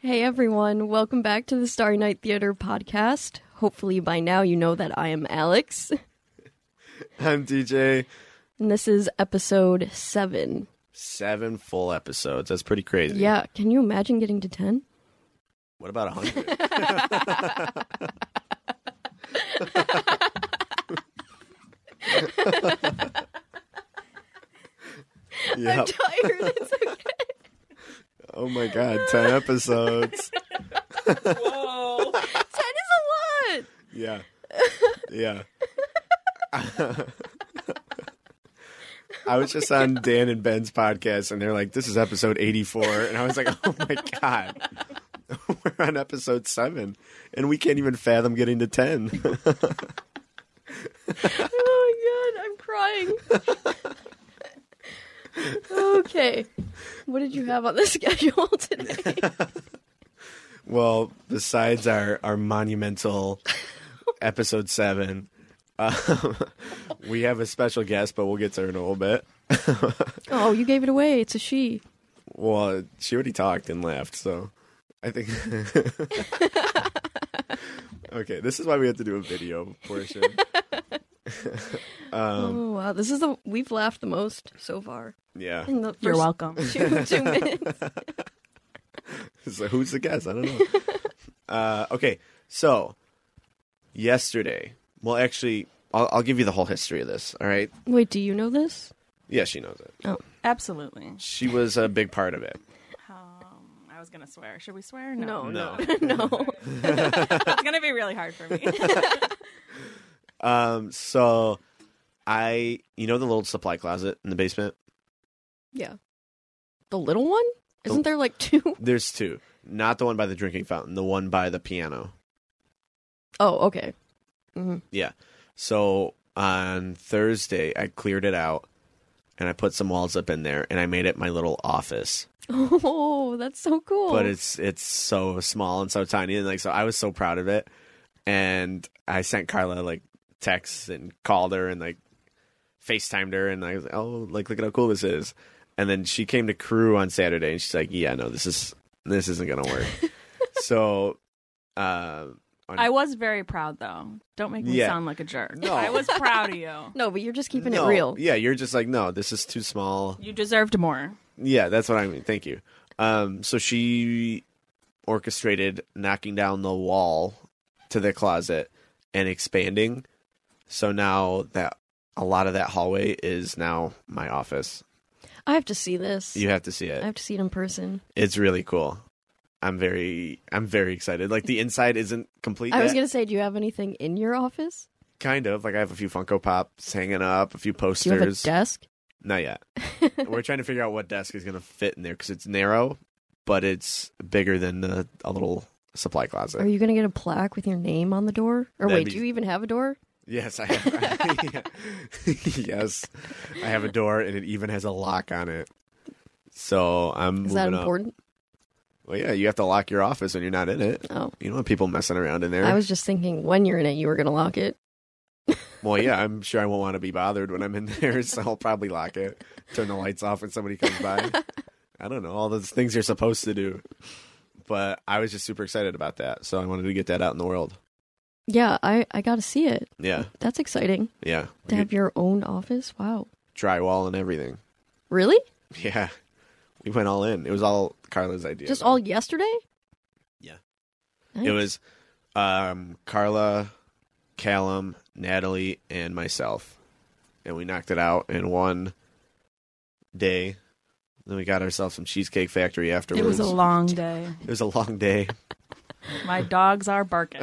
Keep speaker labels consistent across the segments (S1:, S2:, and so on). S1: Hey everyone, welcome back to the Starry Night Theater podcast. Hopefully by now you know that I am Alex,
S2: I'm DJ.
S1: and this is episode 7.
S2: Seven full episodes. That's pretty crazy.
S1: Yeah, can you imagine getting to 10?
S2: What about a hundred?
S1: I'm
S2: yeah.
S1: tired. It's okay.
S2: Oh my god, ten episodes.
S1: 10 is a lot.
S2: Yeah. Yeah. I was just on Dan and Ben's podcast, and they're like, "This is episode 84," and I was like, "Oh my god, we're on episode seven, and we can't even fathom getting to ten.
S1: Oh my god, I'm crying. okay. What did you have on the schedule today?
S2: Well, besides our, our monumental episode seven, um, we have a special guest, but we'll get to her in a little bit.
S1: Oh, you gave it away. It's a she.
S2: Well, she already talked and left, so I think. okay, this is why we have to do a video portion.
S1: oh wow, this is the we've laughed the most so far.
S2: Yeah.
S1: In the first
S3: You're welcome.
S1: Two, two minutes.
S2: So who's the guest? I don't know. uh, okay, so yesterday, well, actually, I'll, I'll give you the whole history of this. All right.
S1: Wait, do you know this?
S2: Yeah, she knows it.
S1: Oh,
S3: Absolutely.
S2: She was a big part of it.
S3: Um, I was gonna swear. Should we swear?
S1: no,
S2: No.
S1: no, no.
S3: it's gonna be really hard for me.
S2: Um, so I, you know, the little supply closet in the basement.
S1: Yeah. The little one? Isn't there like two?
S2: There's two, not the one by the drinking fountain, the one by the piano.
S1: Oh, okay. hmm
S2: Yeah. So on Thursday, I cleared it out and I put some walls up in there and I made it my little office.
S1: Oh, that's so cool.
S2: But it's it's so small and so tiny and like so I was so proud of it. And I sent Carla like texts and called her and like FaceTimed her and I was like, Oh, like look at how cool this is. And then she came to crew on Saturday and she's like, Yeah, no, this is this isn't gonna work. so uh on-
S3: I was very proud though. Don't make me
S2: Yeah.
S3: sound like a jerk.
S2: No.
S3: I was proud of you.
S1: no, but you're just keeping
S2: No,
S1: it real.
S2: Yeah, you're just like, no, this is too small.
S3: You deserved more.
S2: Yeah, that's what I mean. Thank you. Um, so she orchestrated knocking down the wall to the closet and expanding. So now that a lot of that hallway is now my office.
S1: I have to see this.
S2: You have to see
S1: I
S2: it.
S1: have to see it in person.
S2: It's really cool. I'm very, I'm very excited. Like the inside isn't complete.
S1: I was
S2: yet.
S1: gonna say, do you have anything in your office?
S2: kind of like I have a few Funko Pops hanging up, a few
S1: Do you have a
S2: posters.
S1: desk?
S2: Not yet. We're trying to figure out what desk is going to fit in there because it's narrow, but it's bigger than a, a little supply closet.
S1: Are you gonna get a plaque with your name on the door? Or
S2: That'd
S1: wait,
S2: be-
S1: do you even have a door?
S2: yes, I have. yes, I have a door, and it even has a lock on it. So I'm.
S1: Is that
S2: moving up.
S1: important?
S2: Well, yeah, you have to lock your office when you're not in it.
S1: Oh.
S2: You don't want people messing around in there.
S1: I was just thinking when you're in it you were gonna lock it.
S2: Well, yeah, I'm sure I won't want to be bothered when I'm in there, so I'll probably lock it, turn the lights off when somebody comes by. I don't know, all those things you're supposed to do. But I was just super excited about that, so I wanted to get that out in the world.
S1: Yeah, I, I gotta see it.
S2: Yeah,
S1: That's exciting.
S2: yeah.
S1: To
S2: Uh, We
S1: have
S2: get
S1: your own office? Wow.
S2: drywall and everything.
S1: Really?
S2: Yeah. We went all in. It was all Carla's idea.
S1: Just
S2: though.
S1: all yesterday?
S2: Yeah.
S1: Nice.
S3: Mm.
S2: It was um, Carla, Callum, Natalie, and myself, and we knocked it out in one day. Then we got ourselves some Cheesecake Factory
S3: It
S2: afterwards.
S3: was a Oh long day.
S2: It was a long day.
S3: My dogs are barking.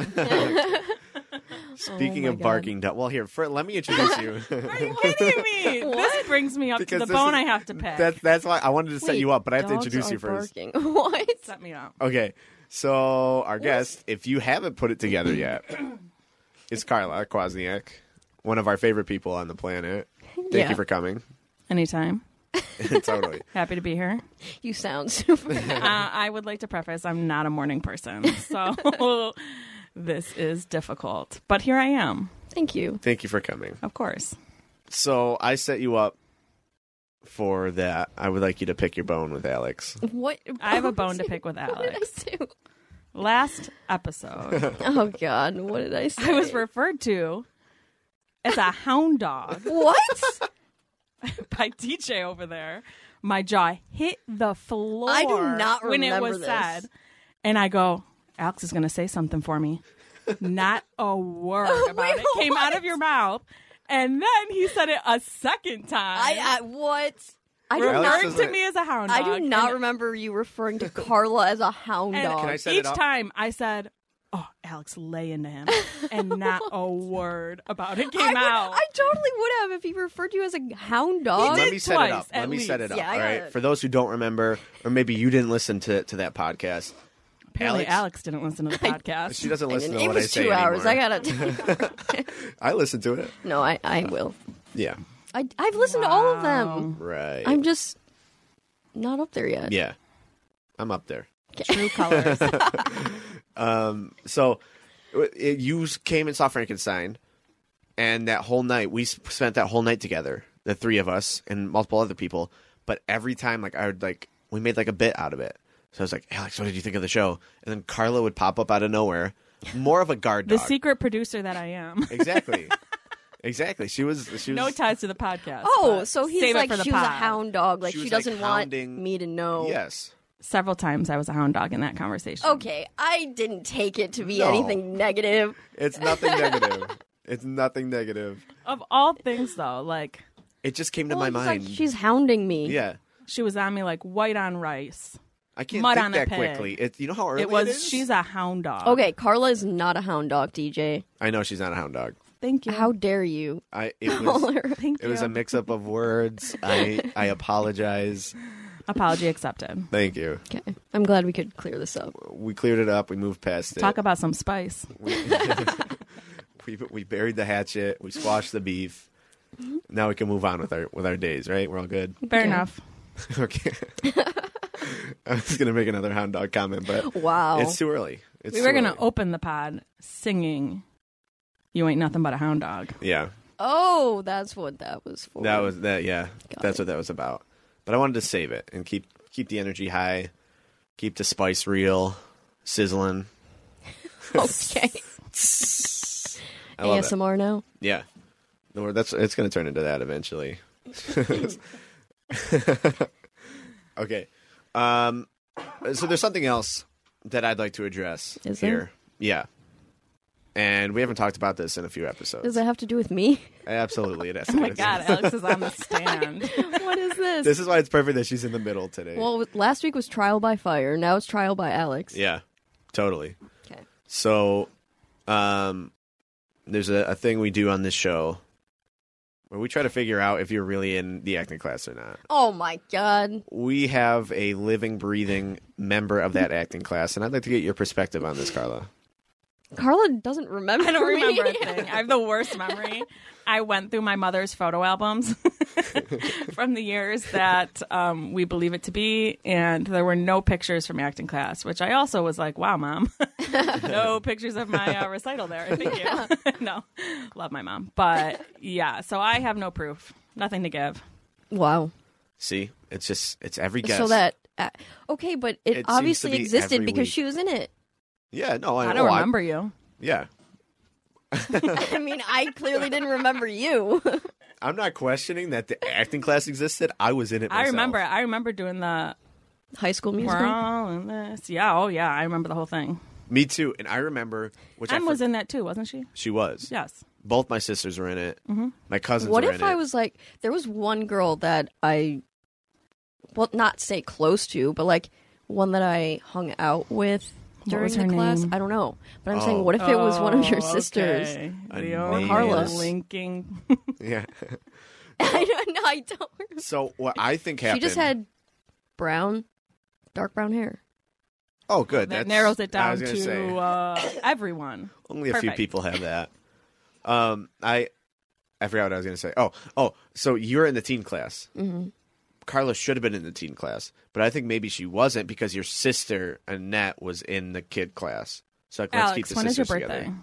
S2: Speaking
S1: my
S2: of
S1: God.
S2: barking, do- well, here, fir- let me introduce you.
S3: Are you kidding me? This brings me up
S2: Because
S3: to the
S2: this is-
S3: bone I have to pick.
S2: That's that's why I wanted to set
S1: Wait,
S2: you up, but I have to
S1: dogs
S2: introduce
S1: are
S2: you first.
S1: barking. what?
S3: Set me up.
S2: Okay, so our guest, if you haven't put it together yet, is Carla Kwasniak, one of our favorite people on the planet. Thank
S1: Yeah.
S2: you for coming.
S3: Anytime.
S2: totally.
S3: Happy to be here.
S1: You sound super.
S3: uh, I would like to preface I'm not a morning person. So this is difficult. But here I am,
S1: Thank you.
S2: Thank you for coming.
S3: of course.
S2: So I set you up for that. I would like you to pick your bone with Alex.
S1: What?
S3: I have a bone to pick with Alex.
S1: What did I do?
S3: Last episode,
S1: Oh God, what did I say?
S3: I was referred to as a hound dog
S1: what?
S3: by DJ over there. My jaw hit the floor.
S1: I do not
S3: when it
S1: remember
S3: was
S1: this.
S3: said, and I go, Alex is going to say something for me. Not a word about
S1: Wait,
S3: it came out of your mouth, and then he said it a second time.
S1: I, uh, I what? I do
S2: Alex
S3: referring
S1: not.
S2: doesn't-
S3: to me as a hound dog.
S1: I do not
S3: And-
S1: remember you referring to Carla as a hound
S3: and
S1: dog.
S2: Can I set it
S3: each
S2: up?
S3: time I said, "Oh, Alex, lay into him," and not a word about it came
S1: I, would-
S3: out.
S1: I totally would have if he referred to you as a hound dog.
S2: Let
S3: did
S2: me set it
S3: twice,
S2: up. Let
S3: at
S2: me set it
S3: least.
S2: up.
S1: Yeah, I
S2: all
S1: got
S2: right.
S1: it.
S2: For those who don't remember, or maybe you didn't listen to to that podcast.
S3: Apparently, Alex,
S2: Alex-
S3: didn't listen to the podcast.
S2: She doesn't
S1: I
S2: listen
S1: didn't- it
S2: to what
S1: was
S2: I say
S1: two hours.
S2: anymore.
S1: I gotta.
S2: I listen to it.
S1: no, I, I will.
S2: Yeah.
S1: I, I've listened to all of them.
S2: Right.
S1: I'm just not up there yet.
S2: yeah. I'm up there.
S3: True colors.
S2: So w- it, you came and saw Frankenstein, and that whole night we s- spent that whole night together, the three of us and multiple other people. But every time, like I would like, we made like a bit out of it. So I was like, Alex, what did you think of the show? And then Carla would pop up out of nowhere, more of a guard
S3: the
S2: dog.
S3: secret producer that I am.
S2: exactly, exactly. She was she was
S3: No ties to the podcast.
S1: Oh,
S3: but
S1: so he's
S3: save it
S1: like
S3: for the
S1: she was a
S3: pod.
S1: hound dog. Like
S2: She
S1: she,
S2: was, like,
S1: doesn't want
S2: hounding-
S1: me to know.
S2: Yes,
S3: Several times I was a hound dog in that conversation.
S1: Okay, I didn't take it to be
S2: No.
S1: anything negative.
S2: it's nothing negative. It's nothing negative.
S3: Of all things, though, like
S2: It just came to
S1: Well,
S2: my
S1: he's
S2: mind.
S1: Like, she's hounding me.
S2: yeah,
S3: she was on me like white on rice.
S2: I can't
S3: Mud
S2: think
S3: on a
S2: that
S3: peg.
S2: quickly. It, you know how early
S3: it was.
S2: is?
S3: she's a hound dog.
S1: Okay, Carla is not a hound dog, DJ.
S2: I know she's not a hound dog.
S3: Thank you.
S1: How dare you?
S2: I it
S1: Call
S2: was
S1: her.
S3: Thank
S2: it
S3: you.
S2: was a mix up of words. I I apologize.
S3: Apology accepted.
S2: Thank you.
S1: Okay, I'm glad we could clear this up.
S2: We cleared it up. We moved past it.
S3: Talk about some spice.
S2: we we buried the hatchet. We squashed the beef.
S3: Mm-hmm.
S2: Now we can move on with our with our days, right? We're all good.
S3: Fair
S1: Yeah.
S3: enough.
S2: okay. I was gonna make another hound dog comment, but
S1: Wow.
S2: it's too early. It's
S3: Oh. We
S2: too
S3: were going to
S2: early.
S3: open the pod singing You Ain't Nothing But a Hound Dog.
S2: Yeah,
S1: oh, that's what that was for.
S3: Oh.
S2: that was that. Yeah,
S1: Got
S2: that's
S1: it.
S2: what that was about. But I wanted to save it and keep keep the energy high, keep the spice real, sizzling.
S1: okay.
S2: I love it.
S1: ASMR now.
S2: Yeah. Or that's it's going to turn into that eventually. okay. Um so there's something else that I'd like to address
S1: Is there?
S2: here. Yeah. And we haven't talked about this in a few episodes.
S1: Does that have to do with me?
S2: Absolutely, it has.
S3: Oh my God, Alex is on the stand.
S1: what is this?
S2: This is why it's perfect that she's in the middle today.
S1: well, it was- last week was trial by fire. Now it's trial by Alex.
S2: yeah. Totally.
S1: Okay.
S2: So, um, there's a, a thing we do on this show where we try to figure out if you're really in the acting class or not.
S1: Oh my god.
S2: we have a living, breathing member of that acting class, and I'd like to get your perspective on this, Carla.
S1: Carla doesn't remember.
S3: I don't
S1: me.
S3: remember a thing. I have the worst memory. I went through my mother's photo albums from the years that um, we believe it to be, and there were no pictures from acting class, which I also was like, wow, mom. no pictures of my uh, recital there. Thank you. no, love my mom. But yeah, so I have no proof, nothing to give.
S1: Wow.
S2: See, it's just it's every guest.
S1: So that uh, okay, but
S2: It
S1: it,
S2: seems to
S1: obviously
S2: be
S1: existed
S2: every
S1: because
S2: week.
S1: she was in it.
S2: yeah, no, I,
S3: I don't
S2: oh,
S3: remember you.
S2: yeah,
S1: I mean, I clearly didn't remember you.
S2: I'm not questioning that the acting class existed. I was in it.
S3: I
S2: myself.
S3: remember. I remember doing the
S1: High School Musical.
S3: We're all in this. Yeah. Oh, yeah. I remember the whole thing.
S2: Me too. And I remember, which I
S3: Em
S2: for-
S3: was in that too, wasn't she?
S2: she was.
S3: Yes.
S2: Both my sisters were in it. My cousins
S1: What
S2: were
S1: if
S2: in
S1: I
S2: it.
S1: was like, there was one girl that I, well, not say close to, but like one that I hung out with
S3: What
S1: during
S3: was
S1: the
S3: her
S1: class.
S3: name?
S1: I don't know, but I'm
S2: Oh.
S1: saying, what if it was one of your
S3: Oh,
S1: sisters?
S3: okay.
S2: A
S3: The
S2: name.
S3: old
S1: Carlos.
S3: Linking.
S2: Yeah.
S1: I don't know. I don't. remember.
S2: so what I think happened.
S1: She just had brown, dark brown hair.
S2: Oh, good. That's-
S3: that narrows it
S2: I
S3: down
S2: was gonna
S3: to
S2: say.
S3: uh, everyone.
S2: Only a few
S3: Perfect.
S2: people have that. Um, I I forgot what I was going to say. Oh, oh, so you're in the teen class.
S3: Mm-hmm.
S1: Mhm.
S2: Carla should have been in the teen class, but I think maybe she wasn't because your sister Annette was in the kid class. So like, let's keep
S3: Alex,
S2: the
S3: when is your
S2: sisters
S3: birthday?
S2: together.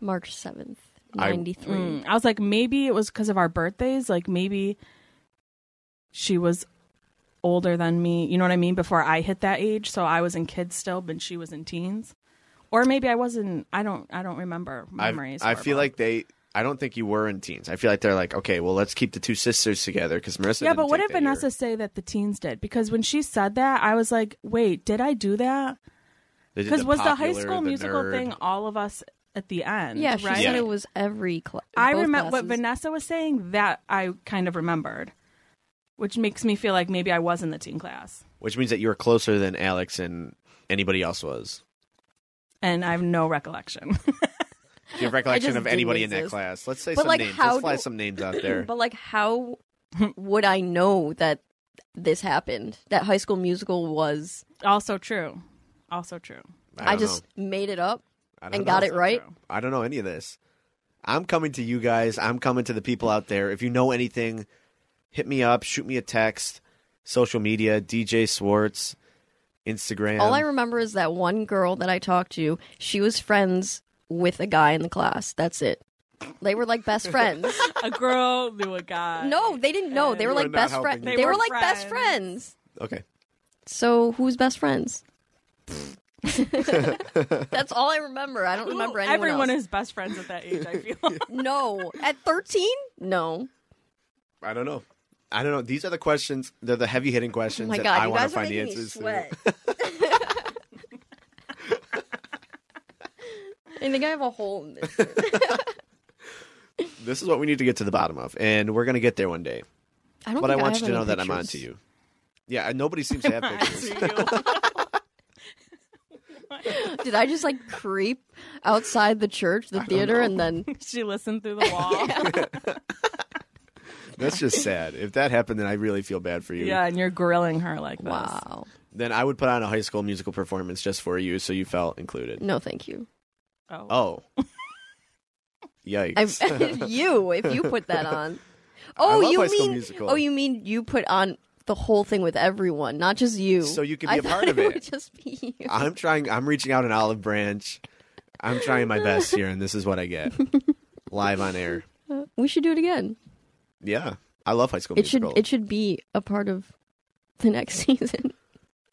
S1: March seventh,
S2: I-
S1: ninety three.
S3: Mm, I was like, maybe it was because of our birthdays. Like, maybe she was older than me. You know what I mean? Before I hit that age, so I was in kids still, but she was in teens. Or maybe I wasn't. I don't. I don't remember
S2: I-
S3: memories.
S2: I,
S3: were
S2: feel
S3: about.
S2: like they. I don't think you were in teens. I feel like they're like, okay, well, let's keep the two sisters together because Marissa.
S3: yeah,
S2: didn't
S3: but what
S2: take
S3: did
S2: that year.
S3: Vanessa say that the teens did? Because when she said that, I was like, wait, did I do that?
S2: They did
S3: Because was the high
S2: popular,
S3: school musical
S2: nerd.
S3: thing all of us at the end?
S1: Yeah, she
S3: right.
S1: said
S2: Yeah.
S1: it was every class.
S3: I remember what Vanessa was saying that I kind of remembered, which makes me feel like maybe I was in the teen class.
S2: which means that you were closer than Alex and anybody else was.
S3: And I have no recollection.
S2: Do you have
S1: I
S2: recollection
S1: just
S2: of anybody in
S1: didn't
S2: that
S1: exist.
S2: class? Let's say
S1: But,
S2: some
S1: like,
S2: names.
S1: how
S2: Let's fly
S1: do-
S2: some names out there.
S1: But like, how would I know that this happened? That High School Musical was.
S3: also true. Also true.
S1: I,
S2: don't
S1: just made it up
S2: know. I don't
S1: and
S2: know.
S1: got it right.
S3: True.
S2: I don't know any of this. I'm coming to you guys. I'm coming to the people out there. If you know anything, hit me up. Shoot me a text. Social media, DJ Swartz, Instagram.
S1: All I remember is that one girl that I talked to, she was friends with a guy in the class. That's it. They were like best friends.
S3: A girl knew a guy.
S1: no, they didn't know. They were
S2: You
S1: like
S2: are not
S1: best
S2: helping
S1: friends.
S2: me.
S1: They,
S3: They
S1: were,
S3: were
S1: like best
S3: friends.
S1: friends.
S2: okay.
S1: So who's best friends? That's all I remember. I don't remember anyone
S3: Everyone
S1: else.
S3: is best friends at that age, I feel.
S1: no. At 13? No.
S2: I don't know. I don't know. These are the questions. They're the heavy hitting
S1: Oh
S2: questions
S1: my
S2: that
S1: god,
S2: I
S1: you
S2: want to
S1: guys are
S2: find the
S1: making
S2: answers
S1: me
S2: to.
S1: sweat. I think I have a hole in this.
S2: This is what we need to get to the bottom of, and we're gonna get there one day.
S1: I don't
S2: But
S1: think
S2: I want
S1: have
S2: you to
S1: any
S2: know that I'm
S1: pictures.
S2: onto you. Yeah, and nobody seems to have pictures.
S1: Did I just like creep outside the church, the theater, and then
S3: she listened through the wall. Yeah,
S2: That's just sad. If that happened, then I really feel bad for you.
S3: and you're grilling her like this.
S1: wow?
S2: Then I would put on a high school musical performance just for you, so you felt included.
S1: No, thank you.
S3: Oh.
S2: Oh.
S1: I,
S2: Yikes.
S1: you, if you put that on.
S2: I
S1: Oh,
S2: love
S1: you
S2: High School
S1: mean?
S2: Musical.
S1: Oh, you mean you put on the whole thing with everyone, not just you?
S2: So you could be
S1: I
S2: a part
S1: thought
S2: of
S1: it.
S2: it.
S1: Would just be you.
S2: I'm trying. I'm reaching out an olive branch. I'm trying my best here, and this is what I get. Live on air.
S1: we should do it again.
S2: Yeah, I love high school
S1: It should.
S2: musical.
S1: It should be a part of the next season.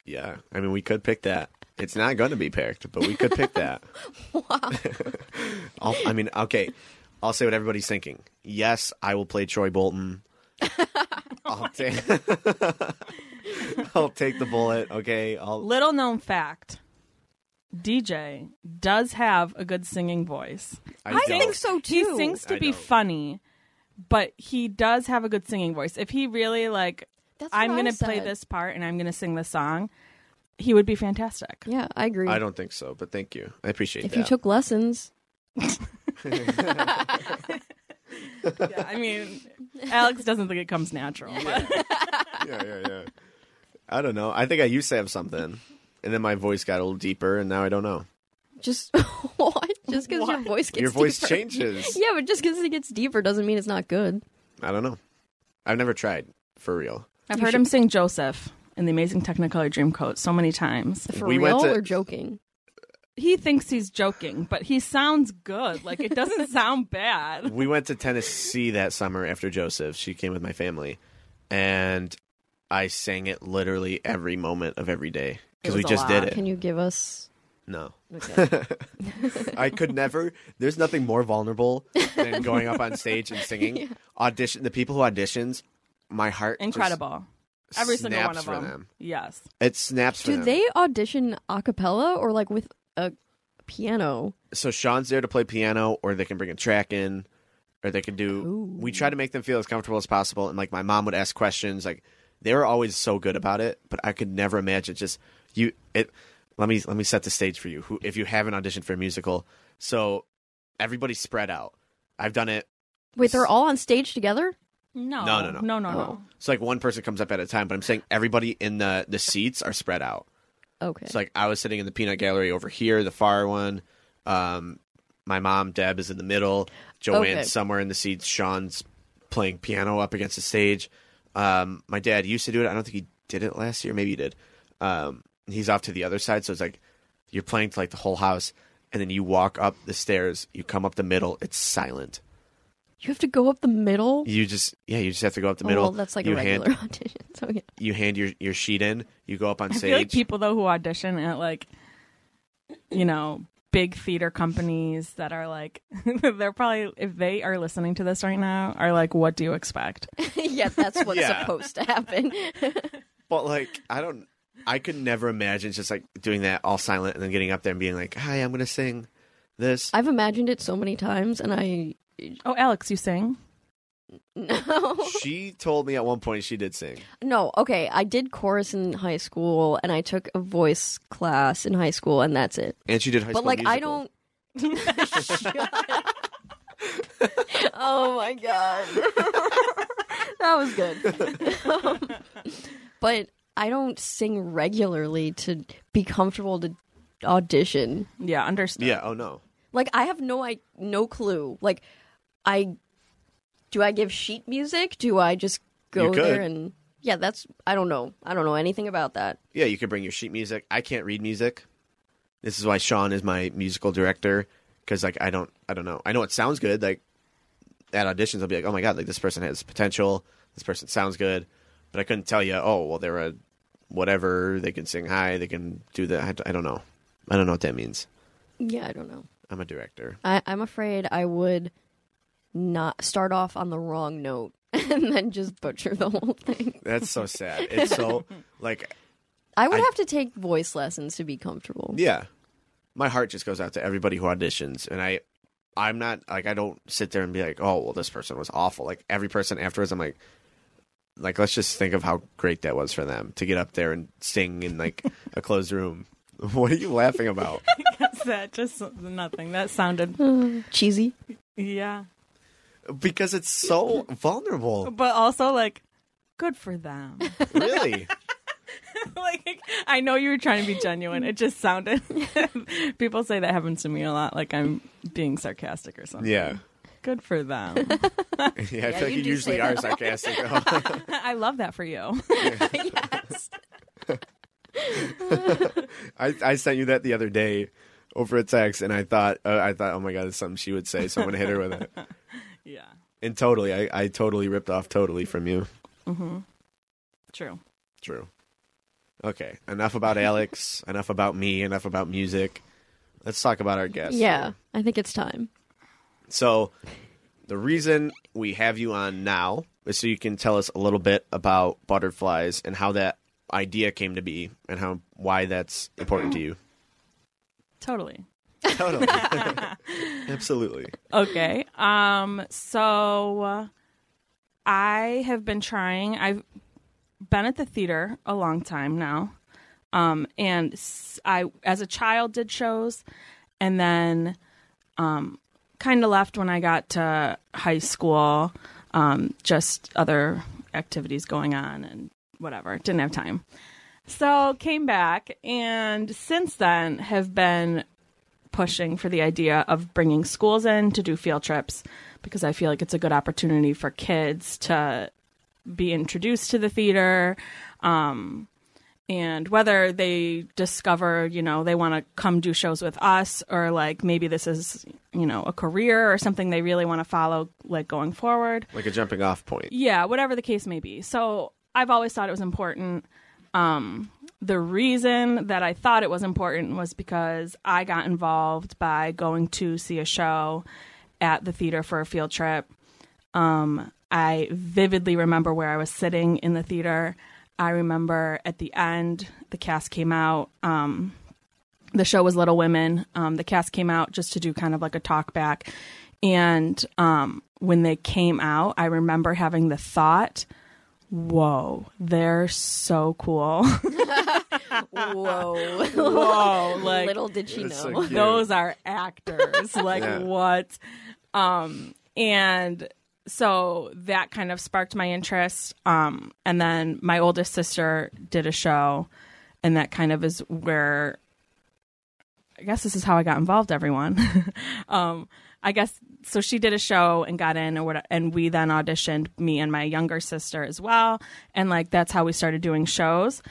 S2: yeah, I mean, we could pick that. It's not going to be picked, but we could pick that.
S1: wow.
S2: I'll, I mean, okay. I'll say what everybody's thinking. Yes, I will play Troy Bolton. I'll take. I'll take the bullet. Okay. I'll.
S3: Little known fact DJ does have a good singing voice.
S1: I
S2: I, don't.
S1: think so too.
S3: He sings to
S2: I
S3: be
S2: don't.
S3: funny, but he does have a good singing voice. If he really like,
S1: That's what
S3: I'm
S1: I
S3: gonna play
S1: said.
S3: this part and I'm gonna sing this song, he would be fantastic.
S1: Yeah, I agree.
S2: I don't think so, but thank you. I appreciate
S1: if
S2: that.
S1: you took lessons,
S3: Yeah, I mean, Alex doesn't think it comes natural. but-
S2: yeah, yeah, yeah. I don't know. I think I used to have something, and then my voice got a little deeper, and now I don't know.
S1: just what? Just because your
S3: What?
S1: voice gets
S2: Your voice
S1: deeper.
S2: changes.
S1: Yeah, but just because it gets deeper doesn't mean it's not good.
S2: I don't know. I've never tried for real.
S3: I've heard him sing Joseph in The Amazing Technicolor Dreamcoat so many times.
S1: For
S2: We went
S1: real
S2: to-
S1: or joking?
S3: He thinks he's joking, but he sounds good. Like it doesn't sound bad.
S2: We went to Tennessee that summer after Joseph. She came with my family, and I sang it literally every moment of every day because
S3: It
S2: we
S3: was a
S2: just did
S3: lot.
S2: it.
S1: Can you give us?
S2: No,
S1: Okay.
S2: I could never. There's nothing more vulnerable than going up on stage and singing. Audition the people who auditions. My heart just-
S3: Incredible. Every single one
S2: snaps
S3: of
S2: for
S3: them.
S2: them.
S3: Yes.
S2: It snaps for
S1: Do
S2: them.
S1: they audition a cappella or like with a piano?
S2: so Sean's there to play piano, or they can bring a track in, or they can do.
S1: Ooh.
S2: We try to make them feel as comfortable as possible, and like my mom would ask questions. Like they were always so good about it, but I could never imagine just you. It let me let me set the stage for you. Who if you haven't auditioned for a musical, so everybody's spread out. I've done it.
S1: Wait, they're all on stage together?
S3: No.
S2: No, no, no.
S3: No, no, no.
S1: Oh.
S2: So like one person comes up at a time, but I'm saying everybody in the the seats are spread out.
S1: Okay.
S2: So like I was sitting in the peanut gallery over here, the far one. Um, my mom Deb is in the middle. Joanne's
S1: Okay.
S2: somewhere in the seats. Sean's playing piano up against the stage. Um, my dad used to do it. I don't think he did it last year. Maybe he did. Um, he's off to the other side, so it's like you're playing to like the whole house, and then you walk up the stairs. You come up the middle. It's silent.
S1: you have to go up the middle?
S2: You just yeah, you just have to go up the
S1: Oh,
S2: middle.
S1: well, that's like
S2: you
S1: a regular
S2: Hand,
S1: audition. So yeah.
S2: you hand your your sheet in. You go up on
S3: I
S2: stage.
S3: feel like people though who audition at like, you know, big theater companies that are like, they're probably if they are listening to this right now are like, what do you expect?
S1: yeah, that's what's
S2: Yeah.
S1: supposed to happen.
S2: But like, I don't. I could never imagine just like doing that all silent and then getting up there and being like, "Hi, I'm gonna sing this."
S1: I've imagined it so many times and I
S3: Oh, Alex, you sing?
S1: no.
S2: she told me at one point she did sing.
S1: No, okay. I did chorus in high school and I took a voice class in high school and that's it.
S2: And she did high
S1: but
S2: school.
S1: like I
S2: Musical.
S1: don't Oh my god. that was good. Um, but I don't sing regularly to be comfortable to audition.
S3: Yeah, understood.
S2: Yeah. Oh no.
S1: Like I have no I no clue. Like I do I give sheet music? Do I just go
S2: You could.
S1: there and yeah, that's I don't know. I don't know anything about that.
S2: Yeah, you could bring your sheet music. I can't read music. This is why Sean is my musical director because like I don't. I don't know. I know it sounds good. Like at auditions, I'll be like, "Oh my god, like this person has potential. This person sounds good," but I couldn't tell you. Oh well, they're a whatever. They can sing high. They can do that. I- I don't know. I don't know what that means.
S1: Yeah, I don't know.
S2: I'm a director.
S1: I, I'm afraid I would not start off on the wrong note and then just butcher the whole thing.
S2: That's so sad. It's so like
S1: I would
S2: I-
S1: have to take voice lessons to be comfortable.
S2: yeah. My heart just goes out to everybody who auditions and I I'm not like I don't sit there and be like, "Oh, well this person was awful." Like every person afterwards I'm like like let's just think of how great that was for them to get up there and sing in like a closed room. What are you laughing about?
S3: that just nothing. That sounded.
S1: Cheesy.
S3: Yeah,
S2: Because it's so vulnerable.
S3: but also like, good for them.
S2: Really?
S3: like I know you were trying to be genuine. It just sounded. People say that happens to me a lot. Like I'm being sarcastic or something.
S2: Yeah.
S3: Good for them.
S2: Yeah, I feel like
S1: you
S2: you
S1: do
S2: usually
S1: say
S2: are
S1: that.
S2: sarcastic.
S3: I love that for you.
S1: yes.
S2: I, I sent you that the other day over a text, and I thought uh, I thought, oh my god, it's something she would say, so I'm gonna hit her with it.
S3: yeah.
S2: And totally, I, I totally ripped off totally from you.
S3: Mm-hmm. True.
S2: True. Okay, enough about Alex. enough about me. Enough about music. Let's talk about our guest.
S1: Yeah, I think it's time.
S2: So, the reason we have you on now is so you can tell us a little bit about butterflies and how that idea came to be and how why that's important to you.
S3: Totally.
S2: Totally. Absolutely.
S3: okay. Um. So uh, I have been trying. I've been at the theater a long time now, um, and s- I, as a child, did shows, and then um, kind of left when I got to high school. Um, just other activities going on and whatever. Didn't have time. So came back, and since then have been pushing for the idea of bringing schools in to do field trips because I feel like it's a good opportunity for kids to be introduced to the theater. Um, and whether they discover, you know, they want to come do shows with us or like maybe this is, you know, a career or something they really want to follow, like going forward.
S2: Like a jumping off point.
S3: Yeah, whatever the case may be. So I've always thought it was important. Um, the reason that I thought it was important was because I got involved by going to see a show at the theater for a field trip. Um, I vividly remember where I was sitting in the theater. I remember at the end, the cast came out. Um, the show was Little Women. Um, the cast came out just to do kind of like a talk back. And um, when they came out, I remember having the thought, whoa, they're so cool.
S1: Whoa.
S3: whoa, like
S1: Little did she
S2: That's so
S1: know.
S2: cute.
S3: those are actors like
S2: Yeah.
S3: what um and so that kind of sparked my interest um and then my oldest sister did a show and that kind of is where i guess this is how i got involved everyone um i guess so she did a show and got in or what and we then auditioned me and my younger sister as well and like that's how we started doing shows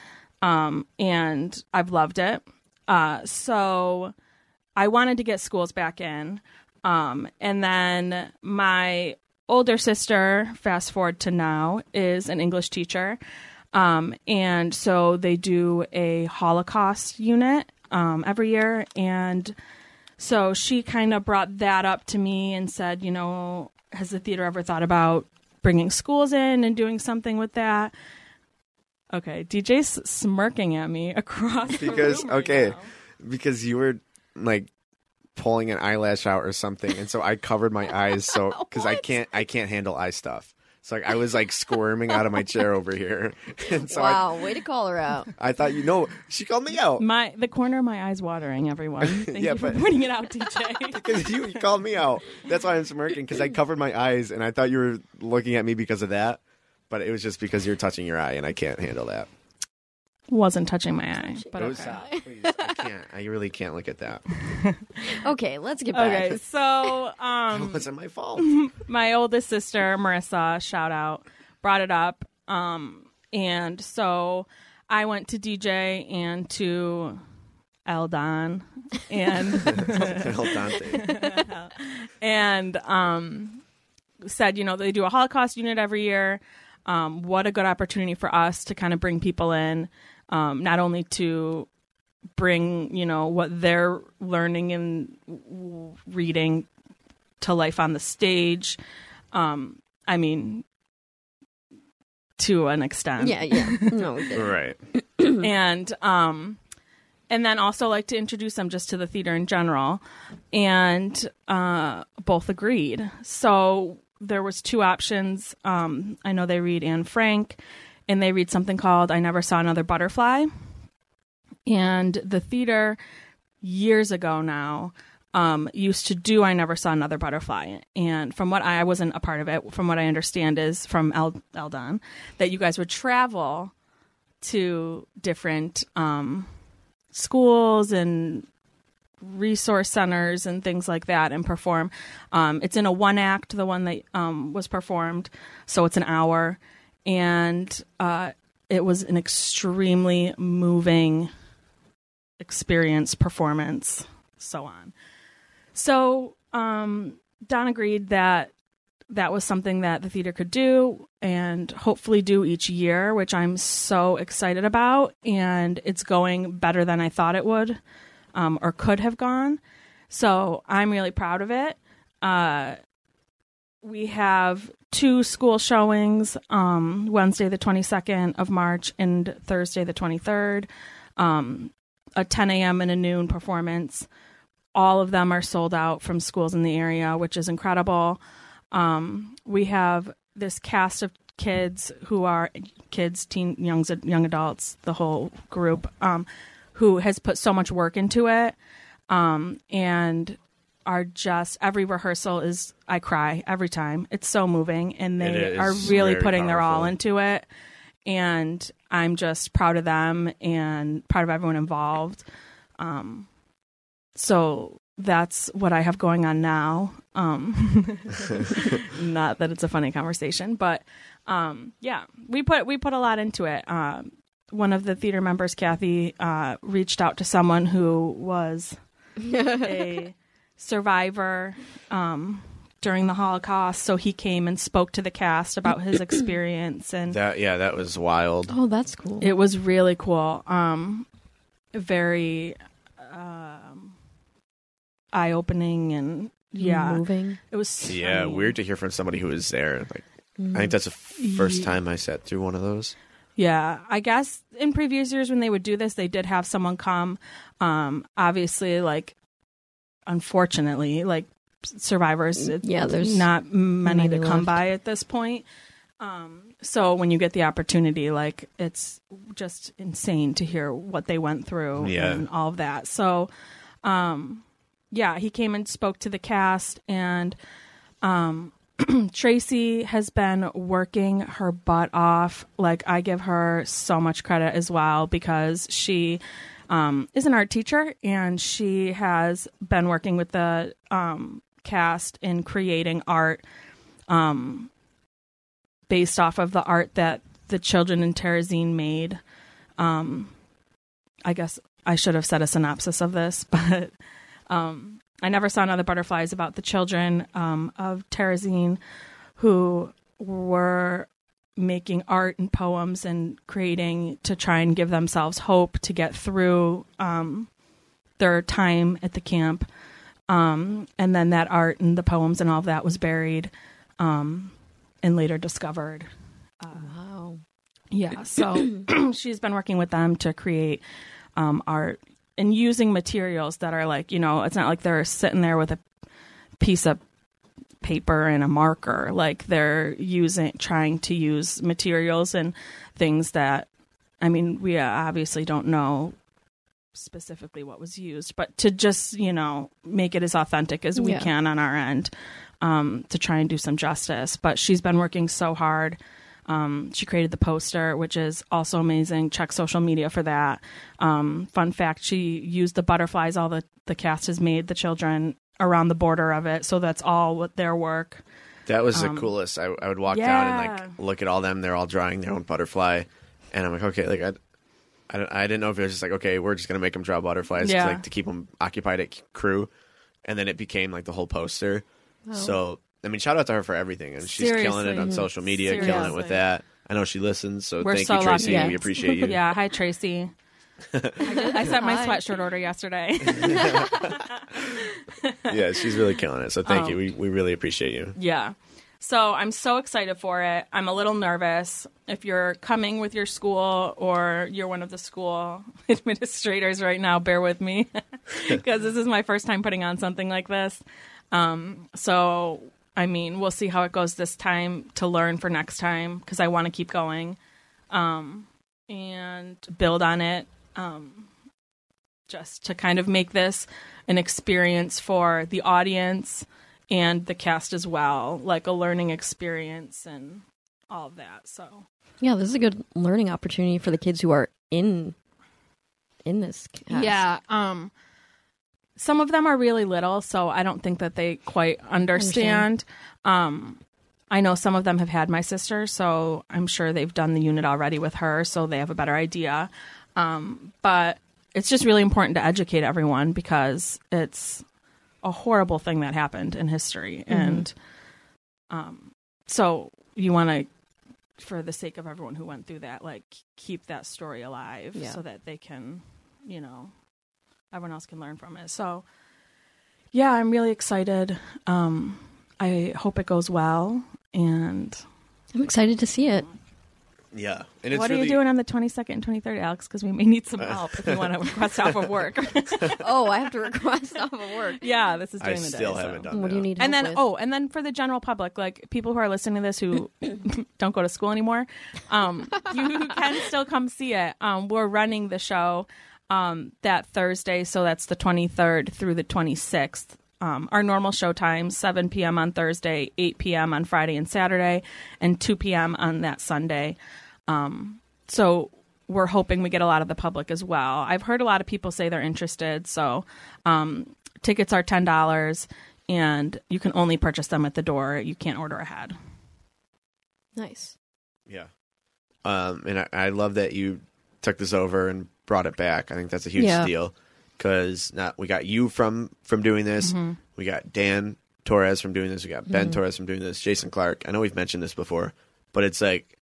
S3: um and i've loved it uh so I wanted to get schools back in. Um, and then my older sister, fast forward to now, is an English teacher. Um, and so they do a Holocaust unit um, every year. And so she kind of brought that up to me and said, you know, has the theater ever thought about bringing schools in and doing something with that? Okay, DJ's smirking at me across the
S2: because
S3: room right
S2: okay,
S3: now.
S2: because you were like pulling an eyelash out or something, and so I covered my eyes so because I can't I can't handle eye stuff. So like, I was like squirming out of my chair over here, and so
S1: wow, way to call her out.
S2: I, I thought you know she called me out
S3: My the corner of my eyes watering, everyone. Thank
S2: Yeah,
S3: you for
S2: but-
S3: pointing it out, DJ.
S2: because you, you called me out. That's why I'm smirking because I covered my eyes and I thought you were looking at me because of that, but it was just because you're touching your eye and I can't handle that.
S3: Wasn't touching my eye, but
S2: Don't
S3: okay.
S2: stop, please. I can't. I really can't look at that.
S1: Okay, let's get back.
S3: Okay, so um,
S2: It wasn't my fault.
S3: my oldest sister marissa shout out brought it up um and so i went to dj and to eldon and
S2: El Dante.
S3: and um said you know they do a holocaust unit every year um what a good opportunity for us to kind of bring people in um not only to bring you know what they're learning and w- reading to life on the stage um i mean to an extent
S1: Yeah, yeah. No, we didn't.
S2: right.
S3: and um and then also like to introduce them just to the theater in general and uh both agreed so there was two options um i know they read anne frank and they read something called i never saw another butterfly and the theater years ago now um, used to do I Never Saw Another Butterfly. And from what I, I wasn't a part of it, from what I understand is from El, Eldon, that you guys would travel to different um, schools and resource centers and things like that and perform. Um, it's in a one act, the one that um, was performed, so it's an hour. And uh, it was an extremely moving experience, performance, so on. So um, Don agreed that that was something that the theater could do and hopefully do each year, which I'm so excited about. And it's going better than I thought it would um, or could have gone. So I'm really proud of it. Uh, we have two school showings um, Wednesday, the 22nd of March, and Thursday, the 23rd. Um, a 10 a.m. and a noon performance. All of them are sold out from schools in the area, which is incredible um, we have this cast of kids who are kids, teen, young, young adults, the whole group, um, who has put so much work into it, um, and are just every rehearsal is I cry every time. It's so moving, and
S2: It
S3: they
S2: is
S3: are really
S2: very
S3: putting their all
S2: powerful.
S3: into it, and I'm just proud of them and proud of everyone involved. Um, so that's what I have going on now. Um, not that it's a funny conversation, but um, yeah, we put we put a lot into it. Um, one of the theater members, Kathy, uh, reached out to someone who was a survivor um, during the Holocaust, so he came and spoke to the cast about his experience, and
S2: That yeah, that was wild.
S1: Oh, that's cool.
S3: it was really cool. Um, very um, eye opening, and yeah,
S1: Moving.
S3: it was
S2: Yeah,
S3: stunning.
S1: Mm-hmm.
S2: weird to hear from somebody who was there. Like, I think that's the first time I sat through one of those.
S3: Yeah, I guess in previous years when they would do this, they did have someone come. Um, obviously, like unfortunately, like survivors, it's
S1: Mm, Yeah, there's
S3: not many,
S1: many
S3: to come
S1: left.
S3: by at this point. Um, so when you get the opportunity, like it's just insane to hear what they went through
S2: Yeah.
S3: and all of that. So, um, yeah, he came and spoke to the cast, and um, Tracy has been working her butt off. Like I give her so much credit as well because she um, is an art teacher and she has been working with the um, cast in creating art um, based off of the art that the children in Terezin made. Um, I guess I should have said a synopsis of this, but um, I never saw another butterflies about the children um, of Terezin who were making art and poems and creating to try and give themselves hope to get through um, their time at the camp. Um, and then that art and the poems and all of that was buried um, and later discovered.
S1: Wow.
S3: Yeah, so she's been working with them to create um, art and using materials that are like, you know, it's not like they're sitting there with a piece of paper and a marker. Like they're using, trying to use materials and things that, I mean, we uh, obviously don't know specifically what was used, but to just, you know, make it as authentic as we
S1: Yeah.
S3: can on our end um, to try and do some justice. But she's been working so hard. Um, she created the poster, which is also amazing. Check social media for that. Um, fun fact: she used the butterflies all the the cast has made the children around the border of it, so that's all what their work.
S2: That was
S3: Um,
S2: the coolest. I, I would walk down and like
S3: yeah.
S2: look at all them. They're all drawing their own butterfly, and I'm like, okay, like I, I, don't- I didn't know if it was just like, okay, we're just gonna make them draw butterflies, 'cause,
S3: Yeah.
S2: like to keep them occupied at c- crew, and then it became like the whole poster. So I mean, shout out to her for everything, and she's killing it
S3: Oh. Seriously.
S2: on social media, killing it
S3: Seriously.
S2: with that. I know she listens, so
S3: We're
S2: thank
S3: so
S2: you, Tracy.
S1: lucky.
S2: We
S1: Yeah.
S2: appreciate you.
S3: Yeah, hi Tracy. I, did- I sent my
S1: Hi.
S3: sweatshirt order yesterday.
S2: yeah, she's really killing it. So thank
S3: Um,
S2: you. We we really appreciate you.
S3: yeah. So I'm so excited for it. I'm a little nervous. If you're coming with your school or you're one of the school administrators right now, bear with me because this is my first time putting on something like this. Um, so, I mean, we'll see how it goes this time to learn for next time because I want to keep going um, and build on it um, just to kind of make this an experience for the audience and the cast as well, like a learning experience and all of that. So,
S1: Yeah, this is a good learning opportunity for the kids who are in in this cast.
S3: Yeah. Um some of them are really little, so I don't think that they quite understand. Um I know some of them have had my sister, so I'm sure they've done the unit already with her, so they have a better idea. Um but it's just really important to educate everyone because it's a horrible thing that happened in history and um so you want to for the sake of everyone who went through that like keep that story alive
S1: Yeah.
S3: so that they can you know everyone else can learn from it so yeah i'm really excited um i hope it goes well and
S1: I'm excited to see it.
S2: Yeah, and it's
S3: what are
S2: really
S3: you doing on the 22nd and 23rd alex because we may need some help if you want to request off of work
S1: oh, I have to request off of work.
S3: yeah this is
S2: I
S3: during the day
S2: still
S3: so.
S2: haven't done.
S1: What do you
S2: that.
S1: need?
S3: and
S1: help
S3: then
S1: with?
S3: oh and then for the general public like people who are listening to this who don't go to school anymore um you can still come see it um we're running the show um that thursday so that's the 23rd through the 26th um, our normal show time 7 p.m on thursday 8 p.m on friday and saturday and 2 p.m on that sunday Um, so we're hoping we get a lot of the public as well. I've heard a lot of people say they're interested, so um, tickets are ten dollars, and you can only purchase them at the door. You can't order ahead.
S1: nice.
S2: Yeah. Um, and I, I love that you took this over and brought it back. I think that's a huge
S1: Yeah.
S2: deal because not we got you from from doing this.
S3: Mm-hmm.
S2: We got Dan Torres from doing this. We got Ben Torres from doing this. Jason Clark. I know we've mentioned this before, but it's like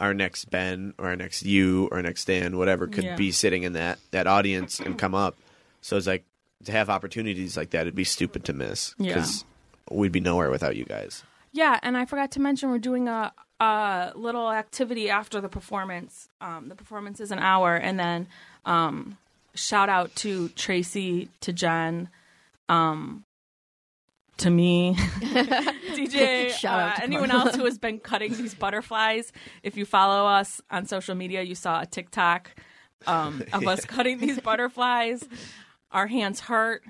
S2: our next Ben or our next you or our next Dan, whatever, could
S3: Yeah.
S2: be sitting in that that audience and come up. So it's like to have opportunities like that, it'd be stupid to miss
S3: Yeah.
S2: because we'd be nowhere without you guys.
S3: Yeah, and I forgot to mention we're doing a uh, little activity after the performance. Um, the performance is an hour, and then um, shout out to Tracy, to Jen, um, to me, DJ,
S1: Shout out
S3: uh,
S1: to
S3: anyone
S1: Carla.
S3: else who has been cutting these butterflies. If you follow us on social media, you saw a TikTok um, of us cutting these butterflies. Our hands hurt.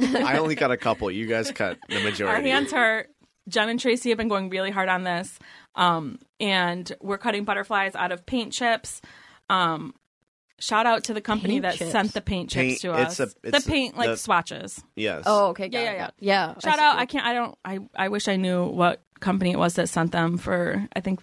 S2: I only got a couple. You guys cut the majority.
S3: Our hands hurt. Jen and Tracy have been going really hard on this. Um, and we're cutting butterflies out of paint chips. Um, shout out to the company
S1: Paint
S3: that
S1: chips?
S3: sent the paint
S2: Paint-
S3: chips to
S2: it's
S3: us.
S2: a- it's
S3: the paint like
S2: the-
S3: swatches.
S2: Yes.
S1: Oh, okay. Got
S3: Yeah,
S1: it,
S3: yeah, yeah.
S1: got it. yeah. I
S3: Shout
S1: see.
S3: out. I can't I don't I I wish I knew what company it was that sent them for I think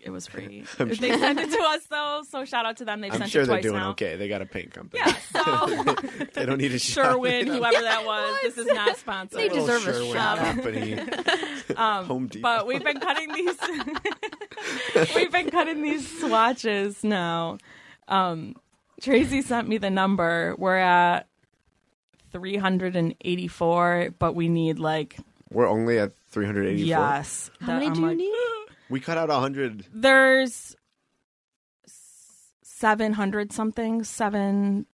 S3: it was free. they sent it to us though, so shout out to them. They've
S2: I'm
S3: sent
S2: sure
S3: it
S2: they're
S3: twice
S2: doing
S3: now.
S2: okay. They got a paint company.
S3: Yeah, so
S2: they don't need a shot.
S3: Sherwin, whoever that was, this is not sponsored.
S1: They
S2: Little
S1: deserve a
S2: Sherwin
S1: shout out.
S2: company. Home Depot.
S3: Um, but we've been cutting these we've been cutting these swatches now um tracy sent me the number we're at 384 but we need like
S2: We're only at 384.
S3: yes
S1: How many
S3: That-
S1: do
S3: I'm
S1: you
S3: like,
S1: need?
S2: We cut out 100.
S3: there's 700 something seven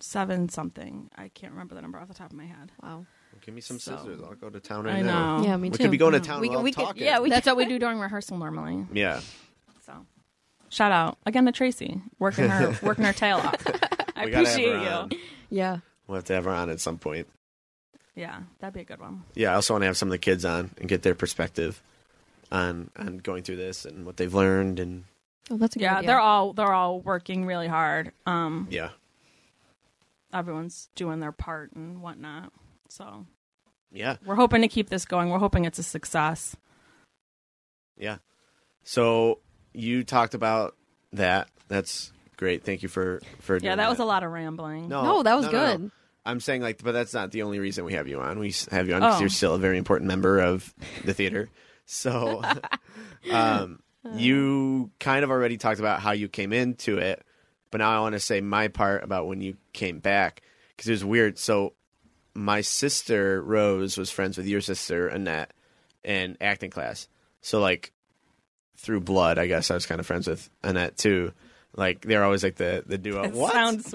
S3: seven something i can't remember the number off the top of my head
S1: Wow.
S2: Give me some
S3: So-
S2: scissors. I'll go to town right
S3: i
S2: now.
S3: know
S1: Yeah, me
S2: We
S1: too.
S2: could be going to town
S1: We could-
S2: while
S1: we could-
S2: talking.
S1: yeah, we-
S3: that's what we do during rehearsal normally
S2: yeah.
S3: So, shout out again to Tracy working her working her tail off. I
S2: We gotta have her
S3: appreciate
S2: on.
S3: you.
S1: Yeah.
S2: We'll have to have her on at some point.
S3: Yeah, that'd be a good one.
S2: Yeah, I also want to have some of the kids on and get their perspective on on going through this and what they've learned and
S1: Oh, that's a good
S3: Yeah,
S1: idea.
S3: they're all they're all working really hard. Um,
S2: yeah.
S3: everyone's doing their part and whatnot. So
S2: Yeah.
S3: we're hoping to keep this going. We're hoping it's a success.
S2: Yeah. So you talked about that. That's great. Thank you for for
S3: Yeah,
S2: doing
S3: that was a lot of rambling.
S2: No,
S1: No, that was
S2: no, no.
S1: good.
S2: I'm saying like, but that's not the only reason we have you on. We s- have you on because
S3: Oh.
S2: you're still a very important member of the theater. So, um,
S3: Oh.
S2: you kind of already talked about how you came into it, but now I want to say my part about when you came back because it was weird. So, my sister Rose was friends with your sister Annette in acting class. So like through blood, I guess I was kind of friends with Annette too. Like they're always like the the duo.
S3: It
S2: what?
S3: sounds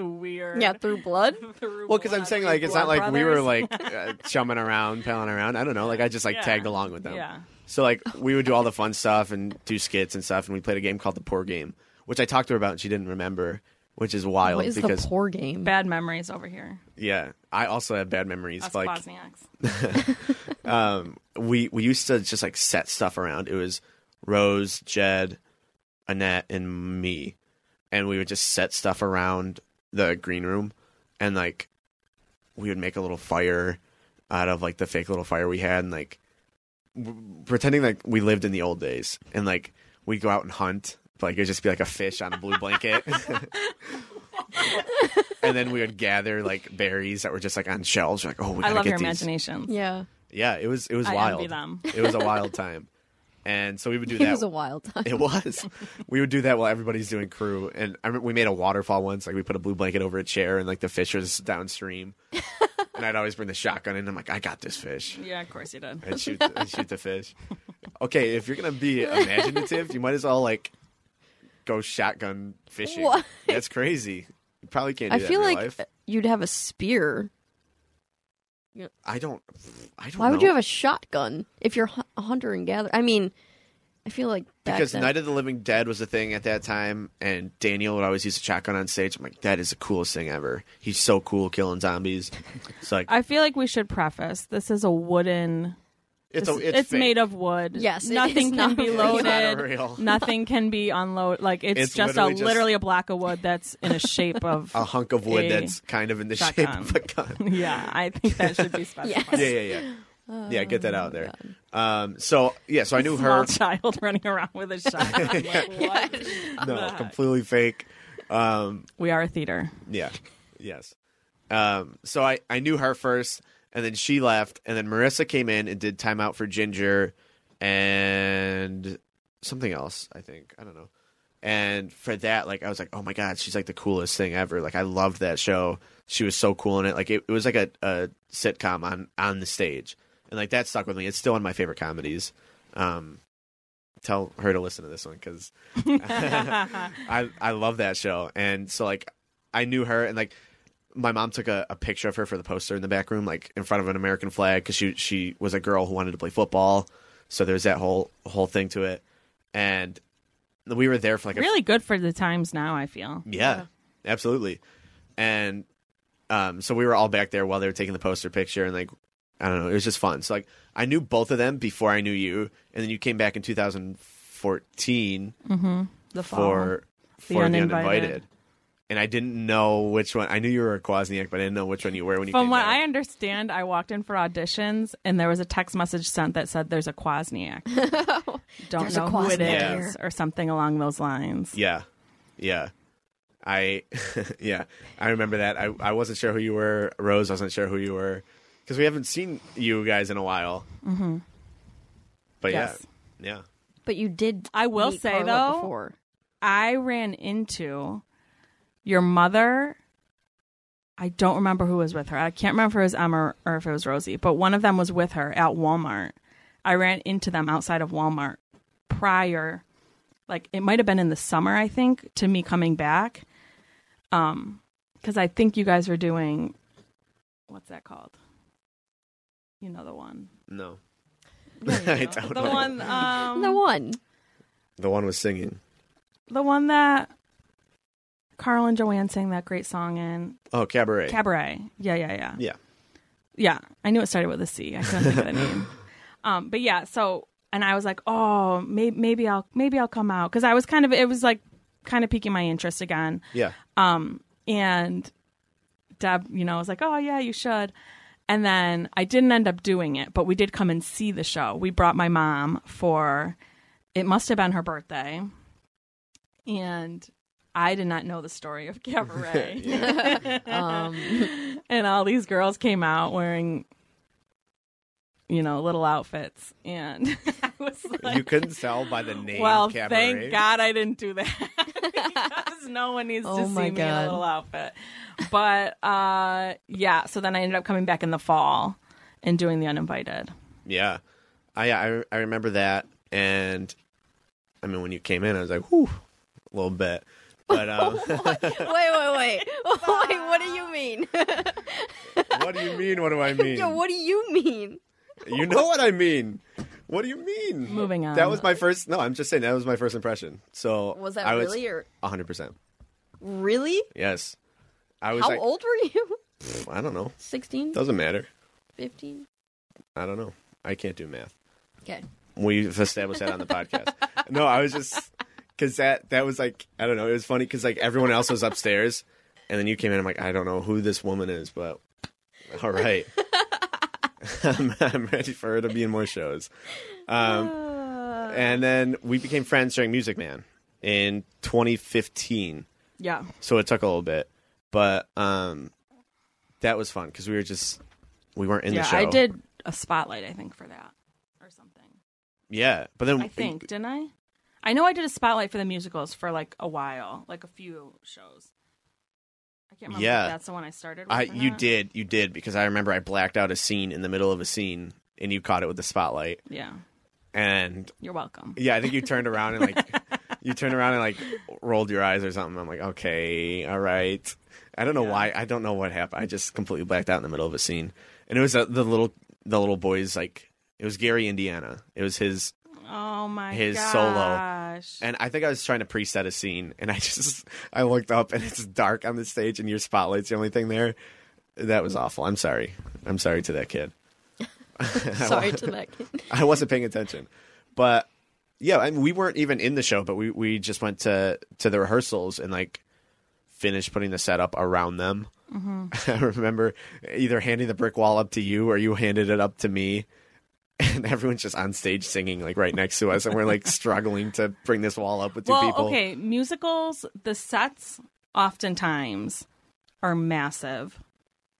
S3: weird.
S1: Yeah, through blood.
S3: Through
S2: Well, because I'm
S3: blood,
S2: saying
S3: through
S2: like it's not
S3: blood
S2: like we were
S3: brothers.
S2: like uh, chumming around, palling around. I don't know. Like I just like
S3: Yeah.
S2: tagged along with them.
S3: Yeah.
S2: So like we would do all the fun stuff and do skits and stuff, and we played a game called the Poor Game, which I talked to her about and she didn't remember, which is wild
S1: What is
S2: because
S1: the poor game?
S3: bad memories over here.
S2: yeah, I also have bad memories.
S3: Us
S2: like
S3: Bosniaks.
S2: um, we we used to just like set stuff around. It was Rose, Jed, Annette, and me, and we would just set stuff around the green room, and like we would make a little fire out of like the fake little fire we had, and like w- pretending like we lived in the old days, and like we'd go out and hunt. Like it'd just be like a fish on a blue blanket. and then we would gather like berries that were just like on shelves. We're like, oh, we
S3: I
S2: gotta
S3: love
S2: get
S3: your
S2: these.
S3: imagination.
S1: Yeah.
S2: Yeah, it was it was
S3: I
S2: wild.
S3: envy them.
S2: It was a wild time, and so we would do
S1: It
S2: that.
S1: was a wild time.
S2: it was. We would do that while everybody's doing crew, and I remember we made a waterfall once. Like we put a blue blanket over a chair, and like the fish was downstream, and I'd always bring the shotgun in. I'm like, I got this fish,
S3: Yeah, of course you did.
S2: and shoot and shoot the fish. Okay, if you're gonna be imaginative, you might as well like go shotgun fishing.
S1: Why?
S2: That's crazy. You probably can't. Do
S1: I
S2: that
S1: feel
S2: in real
S1: like
S2: life.
S1: you'd have a spear.
S2: I don't. I don't.
S1: Why would
S2: know.
S1: you have a shotgun if you're hu- a hunter and gatherer? I mean, I feel like back
S2: because
S1: then-
S2: Night of the Living Dead was a thing at that time, and Daniel would always use a shotgun on stage. I'm like, that is the coolest thing ever. He's so cool killing zombies. It's like
S3: I feel like we should preface this is a wooden.
S2: it's
S3: this-
S2: a, it's, fake.
S3: made of wood.
S1: Yes, it
S3: nothing
S1: is
S3: can
S1: not
S3: be
S1: real.
S2: It's not
S3: loaded.
S2: real.
S3: Nothing can be unloaded. Like it's,
S2: It's
S3: just
S2: literally
S3: a
S2: just- Oh.
S3: literally a block of wood that's in a shape of.
S2: a hunk of wood
S3: a
S2: that's kind of in the shape
S3: shotgun.
S2: of a gun.
S3: yeah, I think that should be specified.
S1: Yes.
S2: yeah, yeah, yeah. yeah, get that out there.
S3: Oh,
S2: Um, so yeah, so I knew
S3: Small
S2: her.
S3: child running around with a shotgun. Like, what?
S2: no, completely fake. Um,
S3: We are a theater.
S2: Yeah. Yes. Um, so I, I knew her first, and then she left, and then Marissa came in and did Time Out for Ginger and something else, I think. I don't know. And for that, like, I was like, oh my God, she's like the coolest thing ever. Like, I loved that show. She was so cool in it. Like, it, it was like a, a sitcom on, on the stage. And, like, that stuck with me. It's still one of my favorite comedies. Um, tell her to listen to this one because I I love that show. And so like I knew her and like my mom took a, a picture of her for the poster in the back room, like in front of an American flag, because she she was a girl who wanted to play football. So there's that whole whole thing to it, and we were there for like a
S3: really good for the times now. I feel.
S2: yeah, absolutely. And um, so we were all back there while they were taking the poster picture, and like, I don't know, it was just fun. So like, I knew both of them before I knew you, and then you came back in 2014
S3: The fall.
S2: for
S3: The
S2: for the
S3: Uninvited.
S2: uninvited. And I didn't know which one. I knew you were a Kwasniak, but I didn't know which one you were when you
S3: From
S2: came
S3: what
S2: back.
S3: I understand, I walked in for auditions and there was a text message sent that said there's a Kwasniak. Don't
S1: There's a
S3: know who it
S1: Kwasniak
S3: is
S1: here.
S3: or something along those lines.
S2: Yeah. Yeah. I yeah, I remember that. I, I wasn't sure who you were. Rose wasn't sure who you were because we haven't seen you guys in a while. Mm-hmm. But
S3: Yes.
S2: yeah, yeah.
S1: But you did.
S3: I will
S1: meet
S3: say,
S1: Carla
S3: though-
S1: before.
S3: I ran into your mother. I don't remember who was with her. I can't remember if it was Emma or if it was Rosie, but one of them was with her at Walmart. I ran into them outside of Walmart prior, like it might have been in the summer, I think, to me coming back. Um, because I think you guys were doing what's that called? You know the one.
S2: No,
S3: Yeah,
S2: I
S3: you know.
S2: don't
S3: the
S2: know.
S3: one. Um,
S1: the one.
S2: the one was singing.
S3: the one that Carl and Joanne sang that great song in
S2: Oh, cabaret.
S3: Cabaret. Yeah, yeah, yeah.
S2: yeah,
S3: Yeah. I knew it started with a C. I couldn't think of the name. Um, but yeah, so and I was like, oh, may- maybe I'll maybe I'll come out because I was kind of it was like kind of piquing my interest again.
S2: yeah.
S3: Um, and Deb, you know, was like, oh yeah, you should. And then I didn't end up doing it, but we did come and see the show. We brought my mom for it must have been her birthday, and I did not know the story of cabaret.
S1: Um,
S3: and all these girls came out wearing you know little outfits and i was
S2: you
S3: like
S2: couldn't tell by the name.
S3: well
S2: cabaret.
S3: thank god i didn't do that because no one needs
S1: Oh
S3: to see
S1: my
S3: me in
S1: God.
S3: a little outfit but uh yeah so then i ended up coming back in the fall and doing the uninvited
S2: Yeah, I I, I remember that, and I mean when you came in, I was like, whew, a little bit, but um,
S1: wait, wait, wait. wait, what do you mean?
S2: what do you mean? What do I mean?
S1: yeah, what do you mean?
S2: You know what I mean. What do you mean?
S3: Moving on.
S2: That was my first. No, I'm just saying that was my first impression. So
S1: Was that
S2: I
S1: really or
S2: 100. percent
S1: really?
S2: Yes. I was
S1: How
S2: like,
S1: old were you?
S2: "Pff, I don't know.
S1: 16,
S2: Doesn't matter.
S1: 15?
S2: I don't know. I can't do math.
S1: Okay.
S2: We've established that on the podcast. No, I was just because that that was like I don't know. It was funny because like everyone else was upstairs, and then you came in. I'm like, I don't know who this woman is, but all right. I'm, I'm ready for her to be in more shows. Um,
S3: Uh,
S2: and then we became friends during Music Man in 2015.
S3: yeah
S2: So it took a little bit, but um, that was fun because we were just we weren't in
S3: yeah
S2: the show.
S3: i did a spotlight i think for that or something
S2: Yeah, but then
S3: I think, didn't I? I know I did a spotlight for the musicals for like a while, like a few shows. I can't remember
S2: Yeah.
S3: if that's the one I started with.
S2: I
S3: or
S2: you
S3: not.
S2: did you did because I remember I blacked out a scene in the middle of a scene and you caught it with the spotlight
S3: Yeah.
S2: and
S3: You're welcome.
S2: yeah I think you turned around and like you turned around and like rolled your eyes or something. I'm like okay, all right. I don't know why I don't know what happened. I just completely blacked out in the middle of a scene and it was uh, the little the little boys like it was Gary Indiana. It was his
S3: Oh my
S2: His solo.
S3: gosh.
S2: And I think I was trying to preset a scene, and I just I looked up, and it's dark on the stage, and your spotlight's the only thing there. That was awful. I'm sorry. I'm sorry to that kid.
S1: Sorry to that kid.
S2: I wasn't paying attention, but yeah, I mean, we weren't even in the show, but we we just went to to the rehearsals and like finished putting the setup around them.
S3: Mm-hmm.
S2: I remember either handing the brick wall up to you or you handed it up to me. And everyone's just on stage singing like right next to us, and we're like struggling to bring this wall up with two
S3: well,
S2: people.
S3: okay, musicals, the sets oftentimes are massive.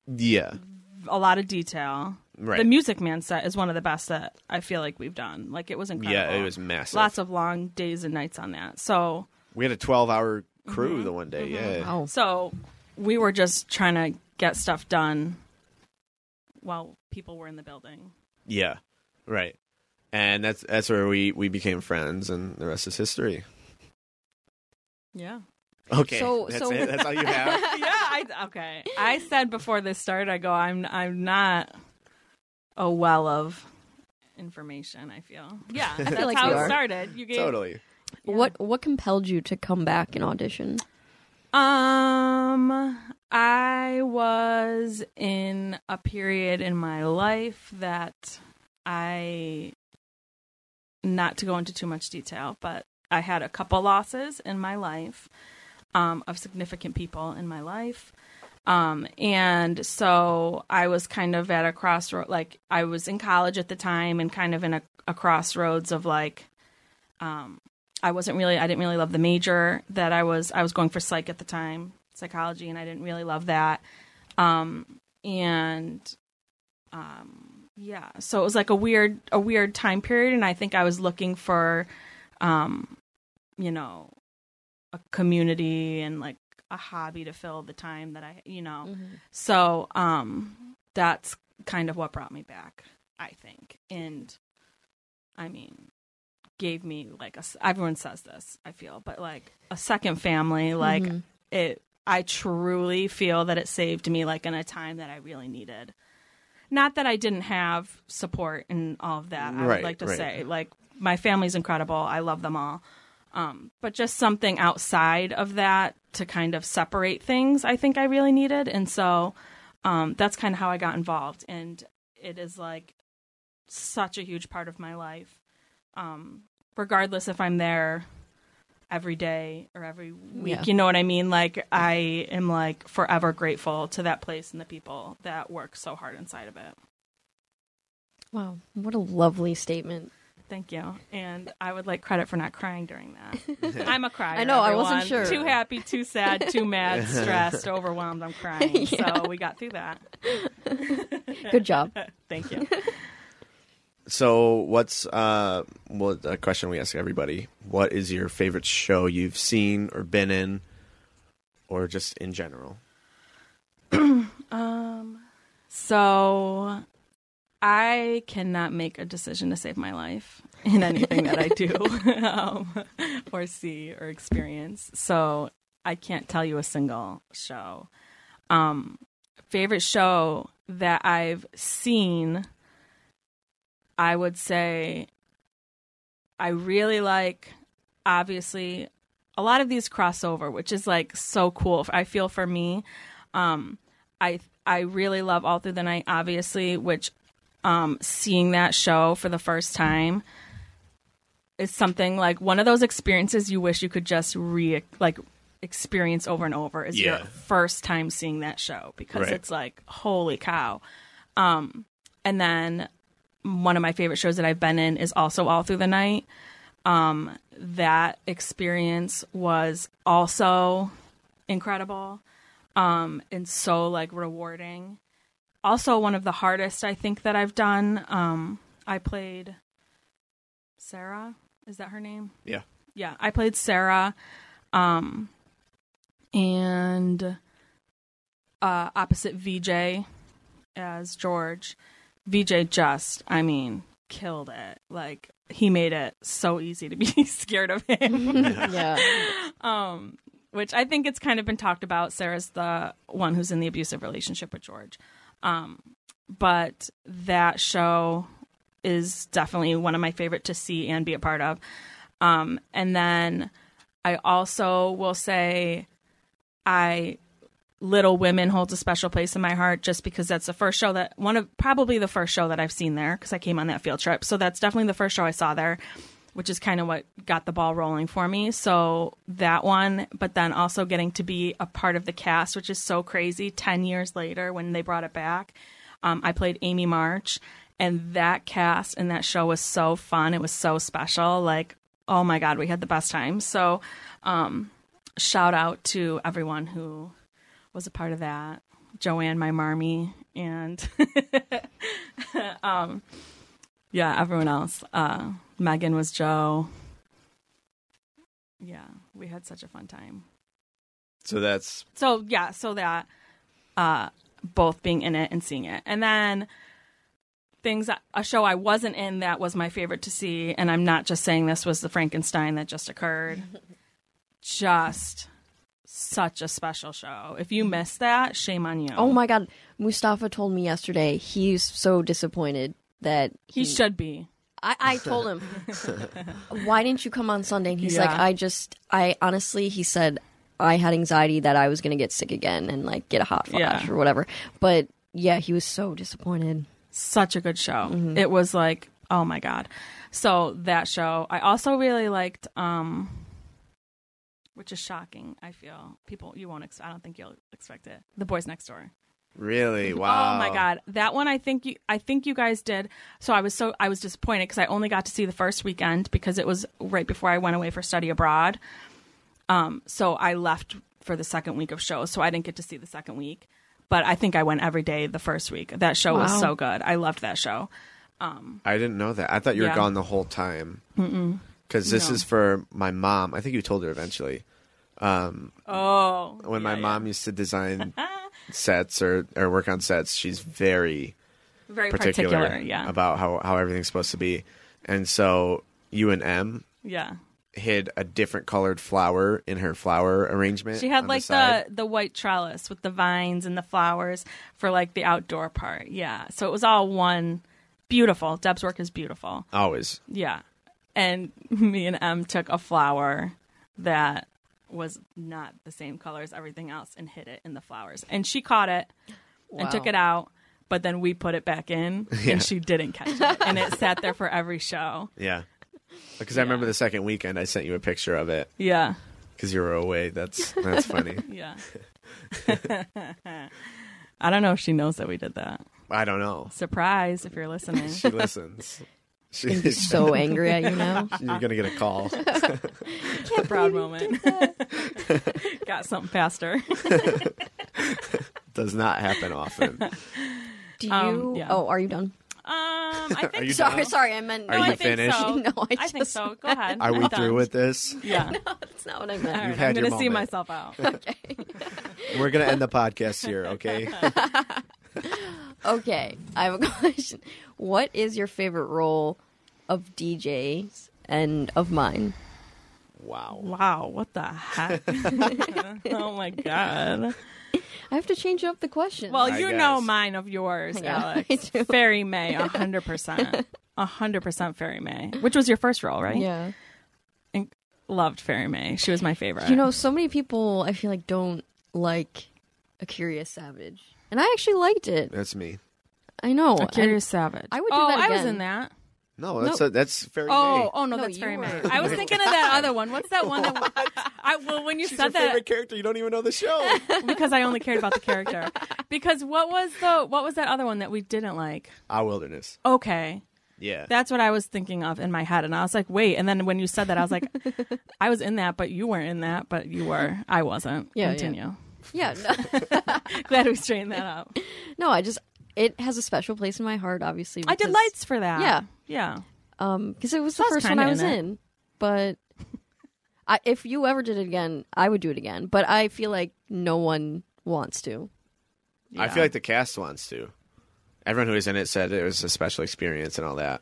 S2: Yeah.
S3: A lot of detail.
S2: Right.
S3: The Music Man set is one of the best that I feel like we've done. Like it was incredible.
S2: Yeah, it was massive.
S3: lots of long days and nights on that. So
S2: we had a 12 hour crew
S3: Mm-hmm.
S2: the one day. Yeah.
S1: Wow.
S3: So we were just trying to get stuff done while people were in the building.
S2: Yeah. Right. and that's that's where we we became friends, and the rest is history.
S3: Yeah.
S2: Okay,
S1: So-
S2: that's
S1: so-
S2: it. That's all you have.
S3: yeah, I okay. I said before this started, I go, I'm I'm not a well of information. I feel. Yeah, that's
S1: like
S3: how
S1: you
S3: it
S1: are.
S3: started. You gave
S2: totally.
S3: yeah.
S1: What what compelled you to come back and audition?
S3: Um, I was in a period in my life that I, not to go into too much detail, but I had a couple losses in my life um, of significant people in my life. Um, and so I was kind of at a crossroad, like I was in college at the time and kind of in a, a crossroads of like, um, I wasn't really I didn't really love the major that I was I was going for psych at the time, psychology, and I didn't really love that. Um and um yeah, so it was like a weird a weird time period and I think I was looking for um you know a community and like a hobby to fill the time that I you know. So um that's kind of what brought me back, I think. And I mean, gave me like a s- everyone says this, I feel, but like a second family, like
S1: Mhm.
S3: it I truly feel that it saved me like in a time that I really needed. Not that I didn't have support and all of that. I
S2: Right,
S3: would like to
S2: right.
S3: say like my family's incredible. I love them all. Um, but just something outside of that to kind of separate things, I think I really needed. And so um, that's kind of how I got involved. And it is like such a huge part of my life. Um, regardless if I'm there every day or every week,
S1: Yeah.
S3: you know what I mean? Like, I am like forever grateful to that place and the people that work so hard inside of it.
S1: Wow, what a lovely statement.
S3: Thank you. And I would like credit for not crying during that. I'm a crier.
S1: I know, I wasn't
S3: everyone.
S1: sure.
S3: Too happy, too sad, too mad, stressed, overwhelmed. I'm crying.
S1: Yeah.
S3: So we got through that.
S1: Good job.
S3: Thank you.
S2: So, what's uh, what a question we ask everybody? What is your favorite show you've seen or been in, or just in general?
S3: Um, so I cannot make a decision to save my life in anything that I do um, or see or experience. So I can't tell you a single show. Um, favorite show that I've seen, I would say I really like, obviously, a lot of these crossover, which is like so cool. I feel for me, um, I I really love All Through the Night, obviously, which um, seeing that show for the first time is something like one of those experiences you wish you could just re like experience over and over is
S2: Yeah.
S3: your first time seeing that show because
S2: Right.
S3: it's like holy cow. Um, and then one of my favorite shows that I've been in is also All Through the Night. Um, that experience was also incredible um, and so like rewarding. Also, one of the hardest I think that I've done. Um, I played Sarah. Is that her name?
S2: Yeah.
S3: Yeah, I played Sarah, um, and uh, opposite VJ as George. VJ just, I mean, killed it. Like he made it so easy to be scared of him
S1: yeah.
S3: um, which I think it's kind of been talked about. Sarah's the one who's in the abusive relationship with George. Um, but that show is definitely one of my favorite to see and be a part of. Um, and then I also will say I Little Women holds a special place in my heart just because that's the first show that one of probably the first show that I've seen there because I came on that field trip. So that's definitely the first show I saw there, which is kind of what got the ball rolling for me. So that one, but then also getting to be a part of the cast, which is so crazy 10 years later when they brought it back. Um, I played Amy March, and that cast and that show was so fun. It was so special. Like, oh my God, we had the best time. So, um, shout out to everyone who was a part of that. Joanne, my marmy, and um, yeah, everyone else. Uh, Megan was Joe. Yeah, we had such a fun time.
S2: So that's
S3: So yeah, so that uh both being in it and seeing it. And then things a show I wasn't in that was my favorite to see, and I'm not just saying this was the Frankenstein that just occurred. just such a special show. If you missed that, shame on you.
S1: Oh my god, Mustafa told me yesterday he's so disappointed that
S3: He should be.
S1: I, I told him, why didn't you come on Sunday? And he's
S3: Yeah.
S1: like, I just, I honestly, he said, I had anxiety that I was going to get sick again and like get a hot flash
S3: Yeah.
S1: or whatever. But yeah, he was so disappointed.
S3: Such a good show. It was like, oh my god. So that show. I also really liked um which is shocking, I feel. People you won't ex- I don't think you'll expect it. The Boys Next Door.
S2: Really? Wow.
S3: Oh my god, that one I think you I think you guys did. So I was so I was disappointed because I only got to see the first weekend because it was right before I went away for study abroad. Um, so I left for the second week of shows, so I didn't get to see the second week. But I think I went every day the first week. That show was
S1: Wow.
S3: so good. I loved that show.
S2: I didn't know that. I thought you were
S3: Yeah.
S2: gone the whole time. Because this
S3: No.
S2: is for my mom. I think you told her eventually. Um,
S3: Oh,
S2: When my mom used to design sets or, or work on sets, she's very
S3: very
S2: particular,
S3: particular, yeah,
S2: about how, how everything's supposed to be. And so you and M
S3: yeah.
S2: hid a different colored flower in her flower arrangement.
S3: She had
S2: on
S3: like
S2: side.
S3: the, the white trellis with the vines and the flowers for like the outdoor part. Yeah. So it was all one beautiful. Deb's work is beautiful.
S2: always.
S3: Yeah. And me and Em took a flower that was not the same color as everything else and hid it in the flowers. And she caught it and took
S1: Wow.
S3: it out, but then we put it back in
S2: Yeah.
S3: and she didn't catch it. And it sat there for every show.
S2: Yeah. Because I remember the second weekend, I sent you a picture of it
S3: Yeah.
S2: because you were away. That's that's funny.
S3: Yeah. I don't know if she knows that we did that.
S2: I don't know.
S3: Surprise if you're listening.
S2: She listens.
S1: He's
S2: She's
S1: so angry at you now.
S2: You're gonna get a call.
S3: Proud moment. Got something faster. Um,
S2: Does not happen often.
S1: Do you?
S3: Um, yeah.
S1: Oh, are you done?
S3: Um, I think
S2: you
S3: so.
S1: Sorry, sorry. I meant.
S2: Are
S3: No,
S2: you
S3: I think
S2: finished?
S3: so.
S1: No, I
S3: I, think
S1: just-
S3: so. Go ahead.
S2: Are we
S3: I'm done.
S2: through with this?
S3: Yeah.
S1: That's not what I
S3: All
S1: meant.
S3: right,
S2: had
S3: I'm
S2: your
S3: going to see
S2: moment.
S3: myself out.
S2: We're gonna end the podcast here, okay?
S1: Okay, I have a question. What is your favorite role of DJs and of mine?
S2: Wow.
S3: Wow, what the heck? oh my god.
S1: I have to change up the question.
S3: Well,
S2: I
S3: you know
S2: guess.
S3: mine of yours,
S1: Yeah, I
S3: Alex.
S1: do.
S3: Fairy May, 100%. 100% Fairy May, which was your first role, right?
S1: yeah.
S3: And loved Fairy May. She was my favorite.
S1: You know, so many people I feel like don't like a Curious Savage, and I actually liked it.
S2: That's me.
S1: I know.
S3: A Curious Savage.
S1: I would do
S3: oh,
S1: that
S3: I was
S1: again.
S3: in that.
S2: No, that's
S1: No.
S2: A, that's fairy.
S3: Oh, oh no,
S1: No,
S3: that's
S1: you
S3: Fairy
S1: were.
S3: May. I was thinking of that other one. What's that one? That, I well, when you
S2: She's your
S3: said that,
S2: favorite character. You don't even know the show.
S3: because I only cared about the character. Because what was the what was that other one that we didn't like?
S2: Our Ah, wilderness.
S3: Okay.
S2: Yeah.
S3: That's what I was thinking of in my head. And I was like, wait. And then when you said that, I was like, I was in that, but you weren't in that, but you were. I wasn't.
S1: Yeah, yeah.
S3: Continue.
S1: yeah. No,
S3: Glad we straightened that up.
S1: no, I just it has a special place in my heart. Obviously,
S3: I did
S1: because-
S3: lights for that.
S1: Yeah.
S3: Yeah.
S1: um because it was
S3: So
S1: the
S3: I was
S1: first one
S3: kinda
S1: I was
S3: in
S1: in,
S3: it.
S1: but. I, if you ever did it again, I would do it again. But I feel like no one wants to.
S2: I feel like the cast wants to. Everyone who was in it said it was a special experience and all that.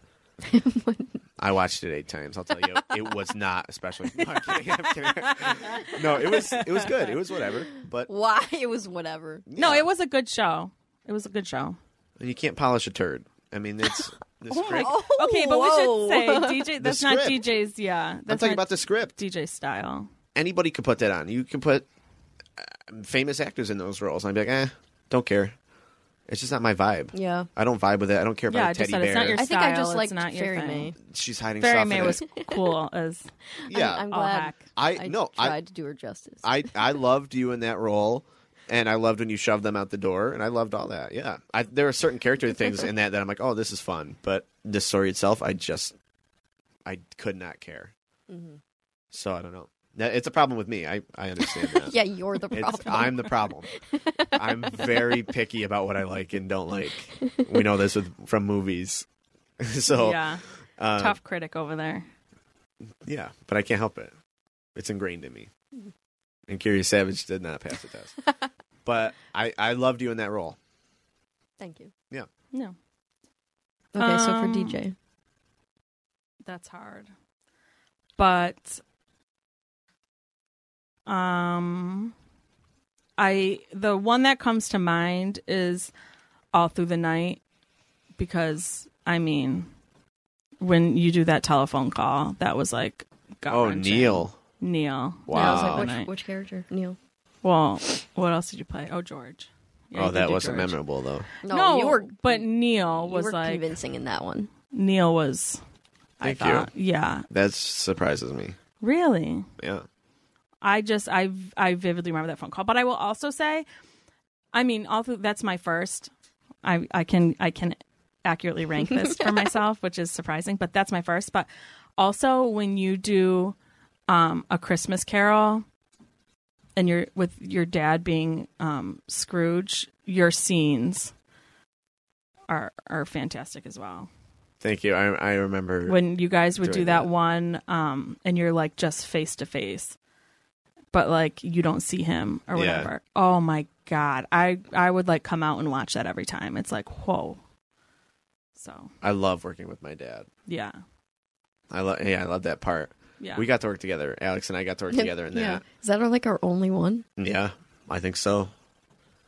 S2: I watched it eight times. I'll tell you, it was not a special. No, I'm kidding, I'm kidding. no, it was. It was good. It was whatever. But
S1: Why it was whatever.
S3: No, it was a good show. It was a good show.
S2: you can't polish a turd. I mean, it's the script.
S3: Oh, okay, but
S1: whoa.
S3: we should say DJ. That's not
S2: script.
S3: DJ's. Yeah,
S2: I'm
S3: that's
S2: talking
S3: not
S2: about the script.
S3: DJ style.
S2: Anybody could put that on. You can put uh, famous actors in those roles. And I'd be like, eh, don't care. It's just not my vibe.
S1: Yeah.
S2: I don't vibe with it. I don't care about
S3: Yeah,
S2: a
S3: I just
S2: teddy bear.
S3: said it's not your
S1: I think I
S3: Style,
S1: just
S3: it's
S1: liked
S3: not your
S1: Fairy
S3: thing.
S1: May.
S2: She's hiding
S3: Fairy
S2: stuff.
S3: May
S2: in it.
S3: was cool as
S2: yeah.
S1: I'm
S3: all
S1: glad.
S3: hack.
S2: I,
S1: I
S2: no. I
S1: tried to do her justice.
S2: I I loved you in that role, and I loved when you shoved them out the door, and I loved all that. Yeah, I, there are certain character things in that that I'm like, oh, this is fun, but the story itself, I just I could not care. So I don't know. That- It's a problem with me. I I understand that.
S1: yeah, you're the problem.
S2: It's, I'm the problem. I'm very picky about what I like and don't like. We know this with, from movies. so uh, yeah.
S3: yeah, tough critic over there.
S2: yeah, but I can't help it. It's ingrained in me. And Curious Savage did not pass the test. but I, I loved you in that role.
S1: Thank you.
S3: No,
S1: Okay, so for
S3: Um,
S1: DJ.
S3: That's hard. But um I the one that comes to mind is all through the night because I mean when you do that telephone call, that was like
S2: Oh,
S3: gut-wrenching.
S2: Neil.
S3: Neil.
S2: Wow.
S1: Yeah, I
S3: That
S1: was
S3: all
S1: like, which,
S3: night.
S1: which character? Neil.
S3: Well, what else did you play? Oh, George. Yeah,
S2: oh,
S3: you
S2: that
S3: did
S2: wasn't
S3: George.
S2: memorable though.
S3: No, but Neil
S1: you
S3: was
S1: were
S3: like
S1: convincing in that one.
S3: Neil was.
S2: Thank
S3: I
S2: you.
S3: thought, yeah,
S2: That surprises me.
S3: really.
S2: Yeah.
S3: I just I I vividly remember that phone call. But I will also say, I mean, all through, that's my first. I I can I can accurately rank this for myself, which is surprising. But that's my first. But also when you do um, a Christmas Carol, and you're with your dad being um, Scrooge, your scenes are are fantastic as well.
S2: Thank you. I I remember.
S3: When you guys would do
S2: Doing
S3: that,
S2: that.
S3: one, um, and you're like just face to face, but like you don't see him or
S2: Yeah.
S3: whatever. Oh my god, I I would like come out and watch that every time. It's like whoa. So
S2: I love working with my dad.
S3: yeah,
S2: I love. Yeah, I love that part.
S3: yeah.
S2: We got to work together. Alex and I got to work together in
S1: yeah.
S2: that.
S1: Is that our, like our only one?
S2: Yeah. I think so.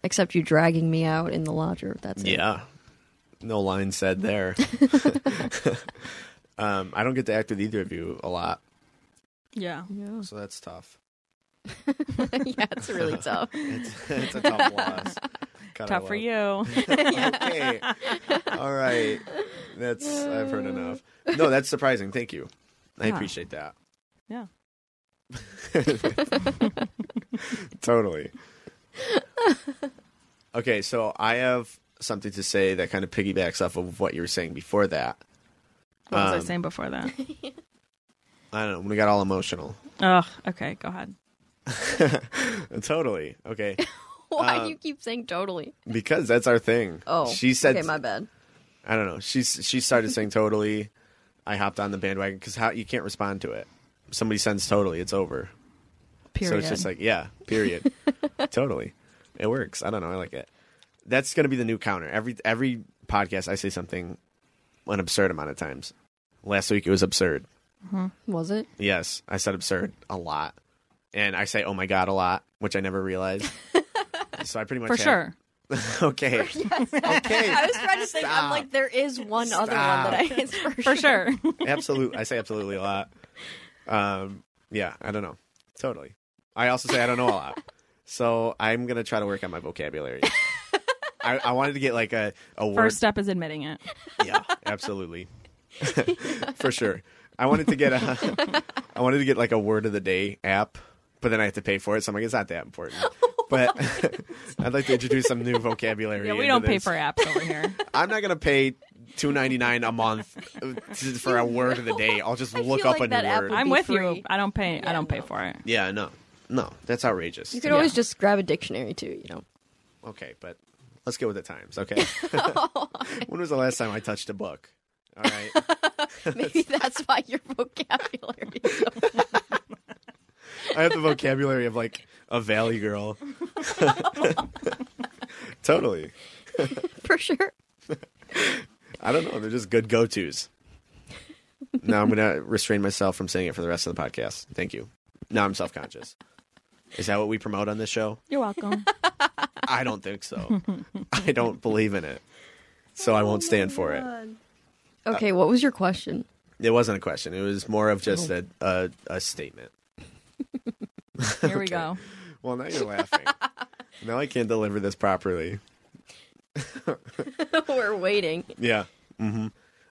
S1: Except you dragging me out in the lodger. That's it.
S2: Yeah. No line said there. um, I don't get to act with either of you a lot,
S3: yeah.
S1: Yeah.
S2: so that's tough.
S1: yeah, it's really tough.
S2: It's, it's a tough loss. Kinda
S3: Tough for
S2: love-
S3: you.
S2: okay. All right. That's I've heard enough. No, that's surprising. Thank you. I
S3: Yeah.
S2: appreciate that.
S3: Yeah.
S2: totally. Okay, so I have something to say that kind of piggybacks off of what you were saying before that.
S3: What was I
S2: Um,
S3: saying before that?
S2: I don't know. We got all emotional.
S3: Ugh. Okay, go ahead.
S2: totally. Okay.
S1: Why
S2: Uh,
S1: do you keep saying totally?
S2: Because that's our thing.
S1: Oh,
S2: she said
S1: Okay, my bad.
S2: I don't know. She's she started saying totally. I hopped on the bandwagon because how you can't respond to it. Somebody sends totally, it's over.
S3: Period.
S2: So it's just like yeah, period. totally, it works. I don't know. I like it. That's gonna be the new counter. Every every podcast, I say something an absurd amount of times. Last week it was absurd.
S1: Was it?
S2: Yes, I said absurd a lot, and I say oh my god a lot, which I never realized. so I pretty much
S3: for
S2: have-
S3: sure.
S2: okay. Okay.
S1: I was trying to think. I'm
S2: Stop.
S1: like, there is one other one that I it's for,
S3: For sure.
S2: absolutely i say absolutely a lot um yeah i don't know totally i also say i don't know a lot so i'm gonna try to work on my vocabulary I, I wanted to get like a, a word
S3: First step is admitting it.
S2: yeah absolutely for sure i wanted to get a i wanted to get like a word of the day app but then i have to pay for it so i'm like it's not that important but i'd like to introduce some new vocabulary
S3: Yeah, we
S2: into
S3: don't pay
S2: this.
S3: for apps over here.
S2: i'm not gonna pay 2.99 a month uh, to- for a word of the day i'll just
S1: I
S2: look
S1: feel
S2: up
S1: like
S2: a new
S1: that app
S2: word
S1: would
S3: I'm
S1: be
S3: with
S1: free.
S3: you. I don't pay. I
S1: Yeah,
S3: don't pay
S1: no.
S3: for it.
S2: Yeah, no, no, that's outrageous.
S1: You could always just grab a dictionary too. You know.
S2: okay, but let's get with the times. Okay,
S1: Oh,
S2: when was the last time I touched a book? All right,
S1: Maybe that's why your vocabulary. is so-
S2: I have the vocabulary of like a valley girl. totally.
S1: for sure.
S2: I don't know. They're just good go tos. Now I'm gonna restrain myself from saying it for the rest of the podcast. Thank you. Now I'm self conscious. Is that what we promote on this show?
S3: You're welcome.
S2: I don't think so. I don't believe in it, so I won't stand for it.
S1: Uh, Okay, what was your question?
S2: It wasn't a question. It was more of just a a, a statement.
S3: Here we go.
S2: Well, now you're laughing. now I can't deliver this properly.
S1: We're waiting.
S2: Yeah. hmm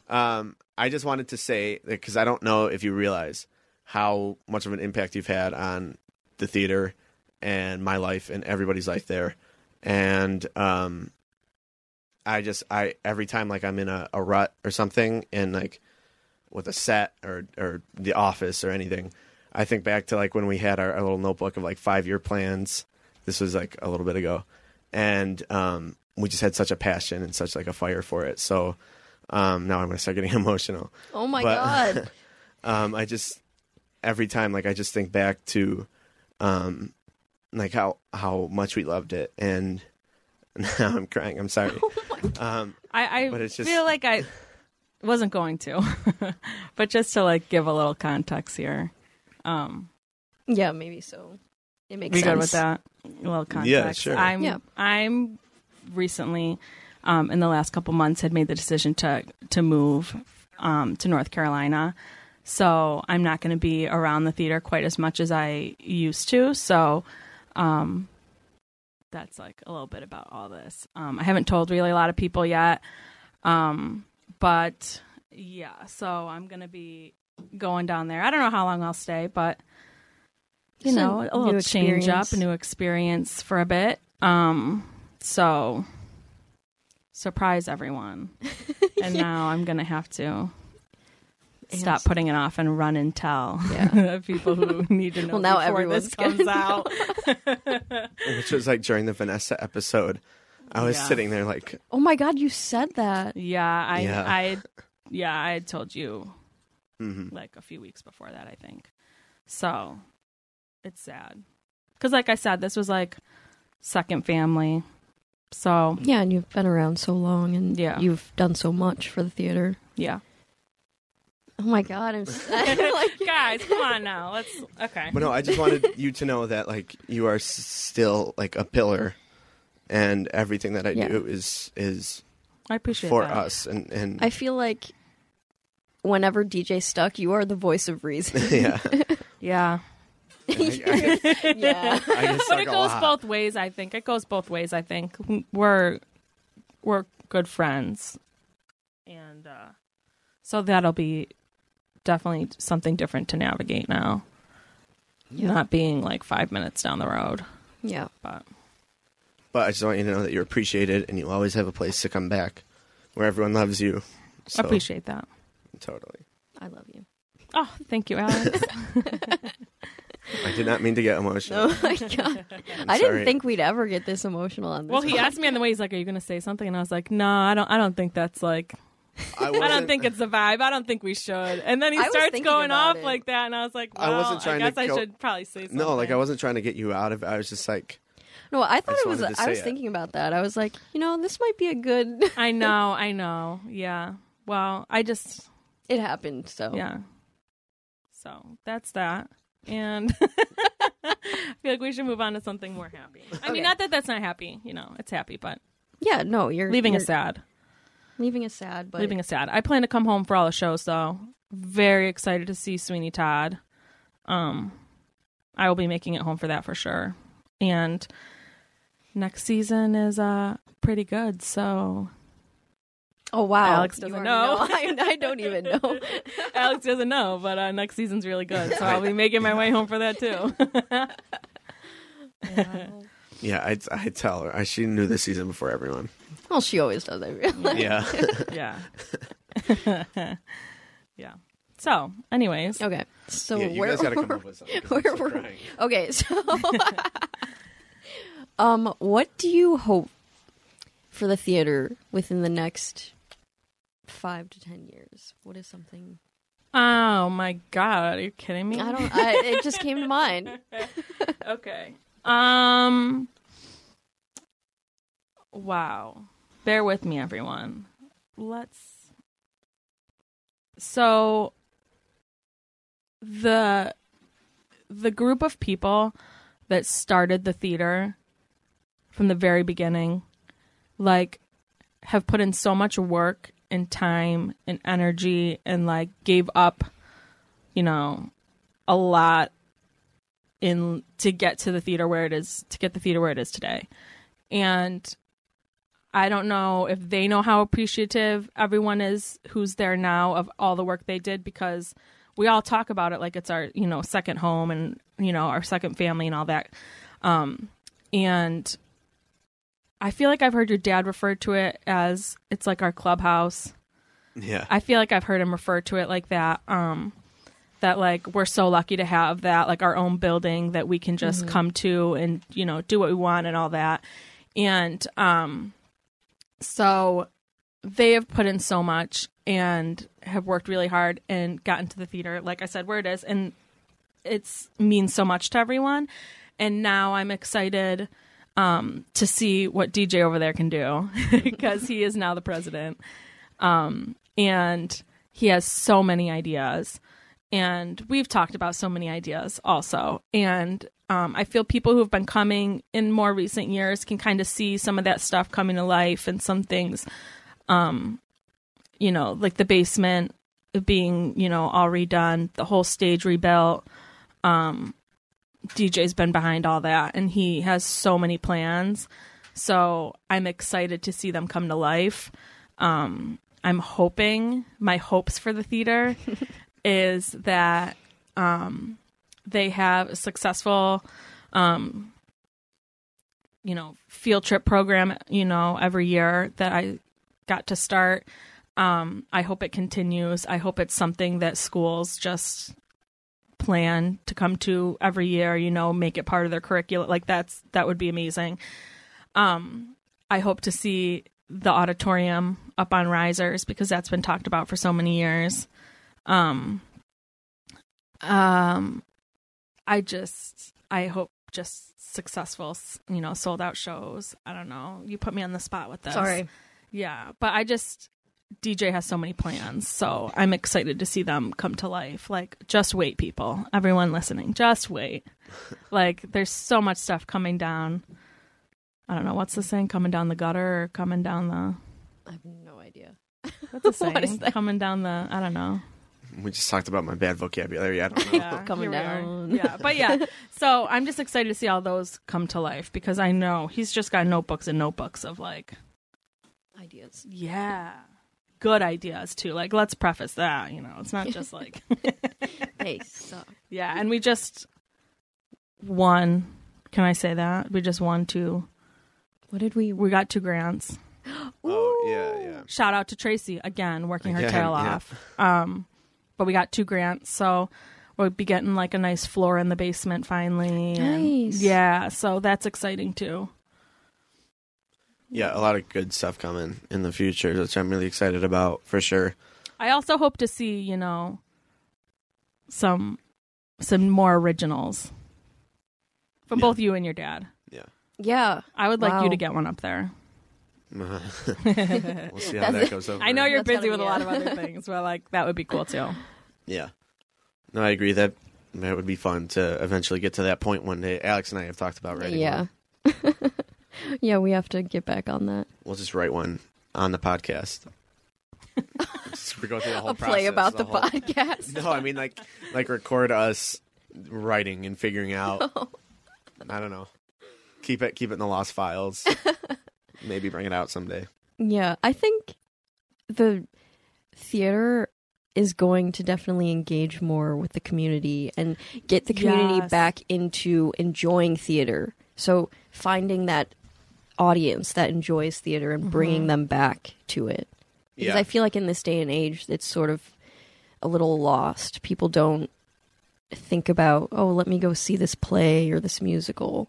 S2: Um, I just wanted to say because I don't know if you realize how much of an impact you've had on the theater and my life and everybody's life there. And um, I just I every time like I'm in a, a rut or something and like with a set or or the office or anything, I think back to like when we had our, our little notebook of like five year plans. This was like a little bit ago, and um, we just had such a passion and such like a fire for it. So um, now I'm gonna start getting emotional
S1: Oh my
S2: But-
S1: god.
S2: um, I just every time like I just think back to um, like how how much we loved it, and now I'm crying. I'm sorry. um,
S3: I, I
S2: But it's just-
S3: feel like I wasn't going to, but just to like give a little context here. Um,
S1: Yeah, maybe so. It makes
S3: we
S1: sense.
S3: good with that? A little context.
S2: sure.
S3: I'm
S1: Yeah.
S3: I'm recently um, in the last couple months had made the decision to to move um, to North Carolina. So I'm not going to be around the theater quite as much as I used to. So um, that's like a little bit about all this. Um, I haven't told really a lot of people yet. Um, but yeah, so I'm going to be going down there. I don't know how long I'll stay, but you
S1: Just a
S3: know, a little
S1: new
S3: change up,
S1: experience.
S3: a new experience for a bit. Um, so surprise everyone. and now I'm gonna have to stop
S1: Yes.
S3: putting it off and run and tell
S1: Yeah.
S3: people who need to know
S1: Well, now
S3: before this
S1: everyone's
S3: comes
S1: gonna
S3: out.
S2: Which was like during the Vanessa episode. I was
S3: Yeah.
S2: sitting there like,
S1: Oh my god, you said that.
S3: yeah, I,
S2: Yeah.
S3: I, yeah, I had told you
S2: mhm.
S3: like a few weeks before that, I think. So it's sad because, like I said, this was like second family. So
S1: Yeah, and you've been around so long and
S3: Yeah.
S1: you've done so much for the theater.
S3: yeah,
S1: Oh my god, I'm, s- I'm like
S3: guys, come on now, let's okay.
S2: but no, I just wanted you to know that like you are s- still like a pillar, and everything that I
S1: Yeah.
S2: do is is
S3: I appreciate
S2: for
S3: that.
S2: us and and
S1: I feel like whenever DJ Stuck, you are the voice of reason.
S2: yeah.
S3: Yeah.
S2: I, I,
S1: yeah.
S2: I just
S3: but
S2: suck
S3: it
S2: a
S3: goes
S2: lot.
S3: both ways. I think it goes both ways. I think we're we're good friends, and uh, so that'll be definitely something different to navigate now. Not being like five minutes down the road,
S1: Yeah.
S3: but
S2: But I just want you to know that you're appreciated and you always have a place to come back where everyone loves you. So,
S3: appreciate that.
S2: Totally.
S1: I love you.
S3: Oh, thank you, Alex.
S2: I did not mean to get emotional.
S1: Oh my god.
S2: I'm
S1: I didn't
S2: sorry.
S1: think we'd ever get this emotional on this.
S3: well, he
S1: one.
S3: asked me on the way. He's like, "Are you going to say something?" And I was like, "No, I don't. I don't think that's like.
S2: I,
S3: I don't
S2: wasn't-
S3: think it's the vibe. I don't think we should." And then he
S1: I was
S3: starts
S1: thinking
S3: going
S1: about
S3: off
S1: it.
S3: like that, and I was like,
S2: I
S3: "Well, I,
S2: wasn't trying to
S3: guess I
S2: kill-
S3: should probably say something."
S2: No, like I wasn't trying to get you out of it. I was just like,
S1: No, I thought
S2: just
S1: it was
S2: wanted to
S1: I
S2: say
S1: was
S2: it.
S1: thinking about that. I was like, you know, this might be a good
S3: I know, I know. Yeah. Well, I just
S1: it happened, so
S3: yeah. So that's that, and I feel like we should move on to something more happy. I
S1: Okay.
S3: mean, not that that's not happy. You know, it's happy, but
S1: Yeah, no, you're
S3: leaving
S1: you're
S3: us sad.
S1: leaving us sad, but
S3: Leaving us sad. I plan to come home for all the shows, though. Very excited to see Sweeney Todd. Um, I will be making it home for that for sure. And next season is uh pretty good. So
S1: Oh wow,
S3: Alex
S1: You
S3: doesn't
S1: already
S3: know.
S1: I, I don't even know.
S3: Alex doesn't know, but uh, next season's really good, so I'll be making my way home for that too.
S2: yeah, I, I tell her. I, she knew this season before everyone.
S1: well, she always does. I realize.
S2: Yeah.
S3: yeah, yeah. So, anyways,
S1: Okay, so
S2: yeah you
S1: where
S2: guys got to come up with something. 'cause I'm
S1: where
S2: still
S1: were-
S2: crying.
S1: Okay, so um, what do you hope for the theater within the next five to ten years? What is something
S3: oh my god, are you kidding me?
S1: I don't? I, it just came to mind.
S3: okay. Um. Wow. Bear with me, everyone. Let's. So. The. The group of people that started the theater from the very beginning, like, have put in so much work and time and energy and, like, gave up, you know, a lot in to get to the theater where it is to get the theater where it is today and i don't know if they know how appreciative everyone is who's there now of all the work they did because we all talk about it like it's our you know second home and you know our second family and all that um and i feel like i've heard your dad refer to it as it's like our clubhouse
S2: Yeah.
S3: I feel like I've heard him refer to it like that. Um, that like we're so lucky to have that, like our own building that we can just come to and you know do what we want and all that. And um, so they have put in so much and have worked really hard and gotten to the theater. Like I said, where it is, and it's means so much to everyone. And now I'm excited um, to see what DJ over there can do because he is now the president and he has so many ideas and we've talked about so many ideas also and um, i feel people who've been coming in more recent years can kind of see some of that stuff coming to life and some things um, you know like the basement being you know all redone the whole stage rebuilt um, dj's been behind all that and he has so many plans so i'm excited to see them come to life um, i'm hoping my hopes for the theater is that um, they have a successful, um, you know, field trip program. You know, every year that I got to start. Um, I hope it continues. I hope it's something that schools just plan to come to every year. You know, make it part of their curriculum. Like that's that would be amazing. Um, I hope to see the auditorium up on risers because that's been talked about for so many years um um i just i hope just successful s- you know sold out shows i don't know you put me on the spot with this
S1: Sorry.
S3: yeah but i just dj has so many plans so i'm excited to see them come to life like just wait people everyone listening just wait like there's so much stuff coming down i don't know what's the saying coming down the gutter or coming down the
S1: I have no idea.
S3: what's the saying
S1: What is that?
S3: coming down the i don't know
S2: We just talked about my bad vocabulary. I don't know.
S3: yeah,
S1: coming
S3: here we are.
S1: down.
S3: Yeah, but yeah. So I'm just excited to see all those come to life because I know he's just got notebooks and notebooks of like,
S1: Ideas.
S3: yeah, good ideas too. Like, let's preface that. You know, it's not just like,
S1: They suck.
S3: yeah. And we just won. Can I say that we just won two?
S1: What did we?
S3: We got two grants.
S2: oh yeah, yeah.
S3: Shout out to Tracy again, working her
S2: Again,
S3: tail
S2: yeah.
S3: off. Um, but we got two grants, so we'll be getting like a nice floor in the basement finally. and-
S1: Nice.
S3: yeah, so that's exciting too.
S2: Yeah, a lot of good stuff coming in the future, which I'm really excited about for sure.
S3: I also hope to see, you know, some some more originals from
S2: Yeah.
S3: both you and your dad.
S1: Yeah.
S3: I would like
S1: Wow.
S3: you to get one up there.
S2: we'll see how that goes over.
S3: I know you're
S1: That's gotta
S3: busy with
S1: be
S3: a lot
S1: it.
S3: of other things, but like that would be cool too.
S2: Yeah. No, I agree that that would be fun to eventually get to that point one day. Alex and I have talked about writing.
S1: yeah.
S2: one.
S1: yeah, we have to get back on that.
S2: We'll just write one on the podcast. Just- we go through the whole
S1: a play
S2: process,
S1: about the,
S2: whole-
S1: podcast.
S2: No, I mean like like record us writing and figuring out. I don't know. Keep it keep it in the lost files. Maybe bring it out someday.
S1: Yeah, I think the theater is going to definitely engage more with the community and get the community
S3: Yes.
S1: back into enjoying theater. So finding that audience that enjoys theater and bringing them back to it. Because
S2: Yeah.
S1: I feel like in this day and age, it's sort of a little lost. People don't think about, oh, let me go see this play or this musical.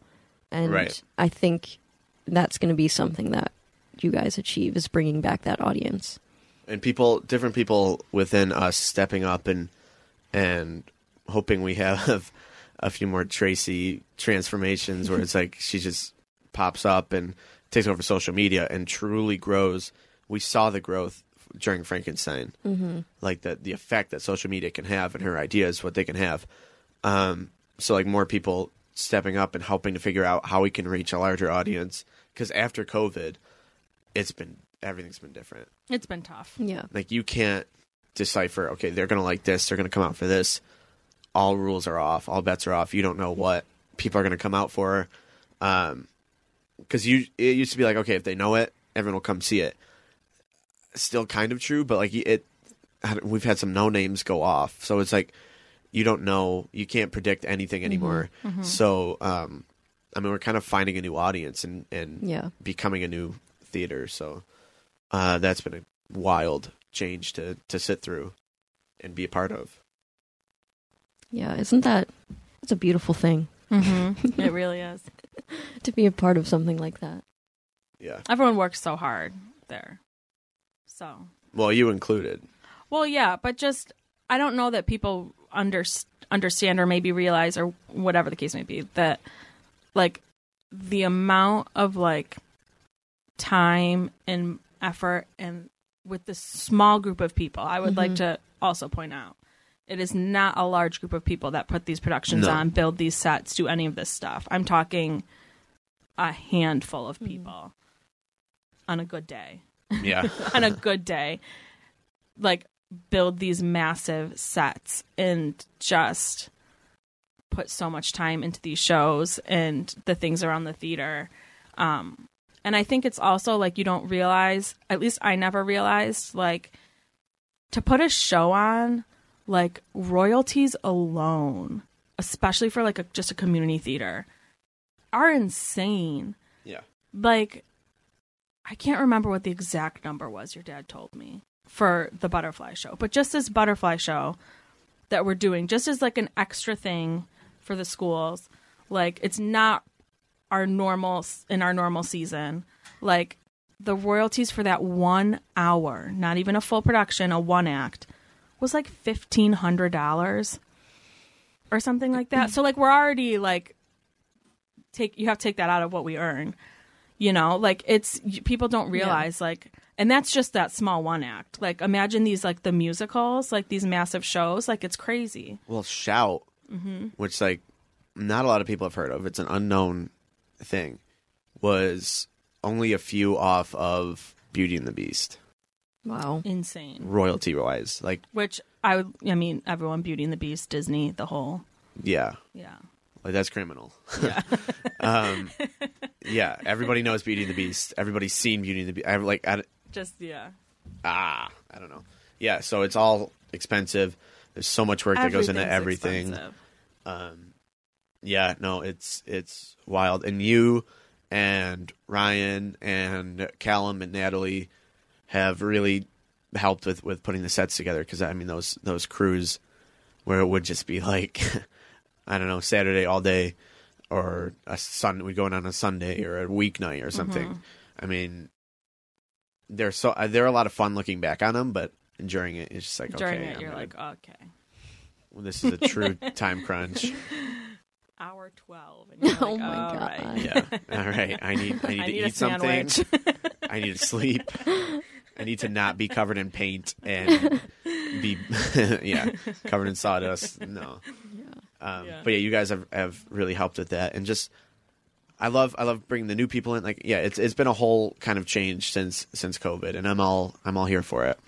S1: And
S2: Right.
S1: I think that's going to be something that you guys achieve is bringing back that audience.
S2: and people different people within us stepping up and and hoping we have a few more Tracy transformations where it's like she just pops up and takes over social media and truly grows. We saw the growth during Frankenstein, mm-hmm. like the the effect that social media can have and her ideas, what they can have. Um, so like more people stepping up and helping to figure out how we can reach a larger audience because after COVID, it's been everything's been different
S3: It's been tough.
S1: Yeah.
S2: like you can't decipher okay they're gonna like this they're gonna come out for this all rules are off all bets are off you don't know what people are gonna come out for um because you it used to be like okay if they know it everyone will come see it still kind of true but like it I don't- we've had some no names go off so it's like you don't know you can't predict anything anymore
S3: Mm-hmm.
S2: so um i mean we're kind of finding a new audience and and
S1: Yeah.
S2: becoming a new theater. So uh, that's been a wild change to to sit through and be a part of.
S1: Yeah. Isn't that, that's a beautiful thing
S3: Mm-hmm. it really is.
S1: to be a part of something like that.
S2: Yeah.
S3: Everyone works so hard there. So
S2: Well, you included.
S3: Well, yeah, but just I don't know that people under, understand or maybe realize or whatever the case may be that like the amount of like time and effort and with this small group of people. I would like to also point out it is not a large group of people that put these productions
S2: No.
S3: on, build these sets, do any of this stuff. I'm talking a handful of people on a good day.
S2: Yeah.
S3: on a good day, like build these massive sets and just put so much time into these shows and the things around the theater. Um, and I think it's also like you don't realize, at least I never realized, like to put a show on, like royalties alone, especially for like a, just a community theater, are insane
S2: yeah.
S3: like I can't remember what the exact number was your dad told me for the butterfly show, but just this butterfly show that we're doing just as like an extra thing for the schools. Like it's not our normal in our normal season. Like the royalties for that 1 hour, not even a full production, a one act was like $1500 or something like that. So like we're already like take you have to take that out of what we earn you know like it's y- people don't realize like and that's just that small one act like imagine these like the musicals like these massive shows like it's crazy
S2: Well, shout, which like not a lot of people have heard of. It's an unknown thing. Was only a few off of Beauty and the Beast,
S1: Wow.
S3: insane
S2: royalty wise. Like,
S3: which i would i mean everyone beauty and the beast disney the whole
S2: yeah,
S3: yeah
S2: like that's criminal. Yeah. um, yeah. Everybody knows Beauty and the Beast. Everybody's seen Beauty and the Beast. I, like, I,
S3: just yeah
S2: ah, I don't know. Yeah. So it's all expensive. There's so much work that goes into
S3: Everything's
S2: everything.
S3: expensive.
S2: um yeah no it's it's wild and you and ryan and callum and natalie have really helped with with putting the sets together because i mean those those crews where it would just be like i don't know saturday all day or a sun we going on a sunday or a weeknight or something
S3: Mm-hmm.
S2: i mean they're so uh, they're a lot of fun looking back on them but during it it's just like
S3: during
S2: okay
S3: it
S2: I'm
S3: you're
S2: gonna-
S3: like okay
S2: this is a true time crunch
S3: hour 12 and you're like,
S1: Oh my
S3: all
S1: God.
S3: right.
S2: Yeah. All right. I need I need
S3: I
S2: to
S3: need a
S2: eat something.
S3: sandwich.
S2: I need to sleep. I need to not be covered in paint and be yeah, covered in sawdust. No. Um,
S3: Yeah.
S2: but yeah, you guys have, have really helped with that and just I love I love bringing the new people in like yeah, it's it's been a whole kind of change since since COVID and I'm all I'm all here for it.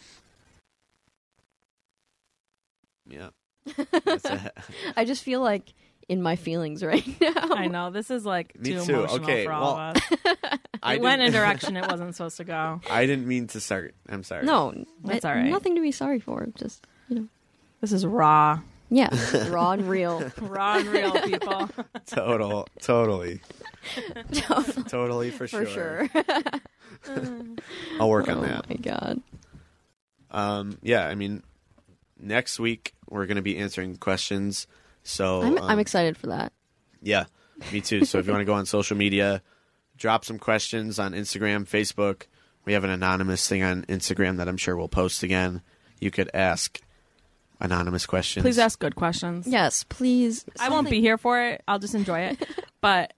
S2: Yeah. That's it.
S1: I just feel like in my feelings right now.
S3: i know this is like
S2: Me
S3: too,
S2: too.
S3: emotional
S2: Okay,
S3: for all
S2: well,
S3: of us
S2: I
S3: it went in a
S2: didn't-
S3: direction it wasn't supposed to go
S2: I didn't mean to start. I'm sorry.
S1: No,
S3: That's
S1: I-
S3: all right.
S1: Nothing to be sorry for. Just you know,
S3: this is raw
S1: yeah, raw and real.
S3: raw and real people
S2: Total, totally, totally for,
S1: for sure.
S2: I'll work on
S1: oh
S2: that.
S1: my god.
S2: Um, yeah, I mean, next week we're gonna be answering questions. So
S1: I'm,
S2: um,
S1: I'm excited for that.
S2: Yeah, me too. So if you want to go on social media, drop some questions on Instagram, Facebook. We have an anonymous thing on Instagram that I'm sure we'll post again. You could ask anonymous questions.
S3: please ask good questions
S1: Yes, please.
S3: I won't be here for it. I'll just enjoy it. but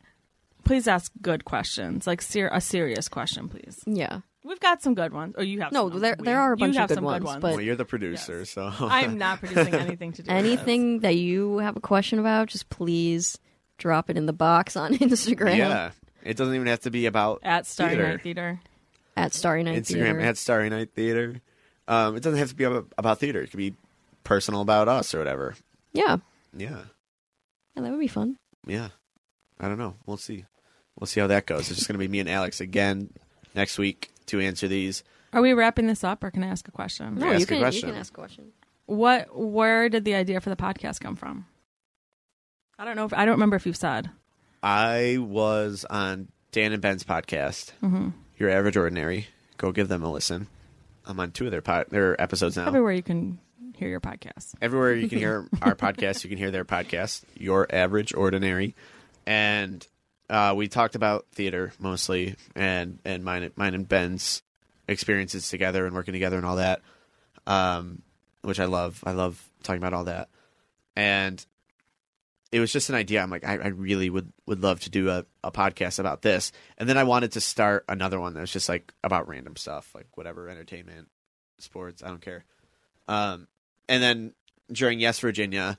S3: please ask good questions, like ser- a serious question, please.
S1: Yeah.
S3: We've got some good ones, or you have.
S1: No,
S3: some.
S1: there-
S3: We-
S1: there are a
S3: you
S1: bunch of
S3: have
S1: good
S3: some
S1: ones,
S2: Well,
S1: but-
S2: you're the producer,
S3: Yes.
S2: so
S3: I'm not producing anything to do with this.
S1: Anything that you have a question about, just please drop it in the box on Instagram
S2: yeah. It doesn't even have to be about
S3: at Starry
S2: theater.
S3: Night Theater.
S1: at Starry Night
S2: Instagram
S1: Theater.
S2: at Starry Night Theater. Um, it doesn't have to be ab- about theater. It could be personal about us or whatever.
S1: yeah.
S2: Yeah,
S1: yeah, that would be fun.
S2: yeah. I don't know. We'll see. We'll see how that goes. It's just going to be me and Alex again next week to answer these.
S3: Are we wrapping this up, or can I ask a question?
S1: No,
S2: ask
S1: you
S2: a
S1: can
S2: question.
S1: you can ask a question.
S3: What? Where did the idea for the podcast come from? I don't know. if I don't remember if you've said.
S2: I was on Dan and Ben's podcast,
S3: Mm-hmm.
S2: Your Average Ordinary. Go give them a listen. I'm on two of their pod- their episodes now.
S3: Everywhere you can hear your podcast.
S2: everywhere you can hear our podcast, you can hear their podcast, Your Average Ordinary, and uh, we talked about theater mostly, and and mine mine and Ben's experiences together and working together and all that, um, which I love. I love talking about all that, and it was just an idea. I'm like, I, I really would would love to do a, a podcast about this, and then I wanted to start another one that was just like about random stuff, like whatever entertainment sports. I don't care. Um, and then during Yes Virginia,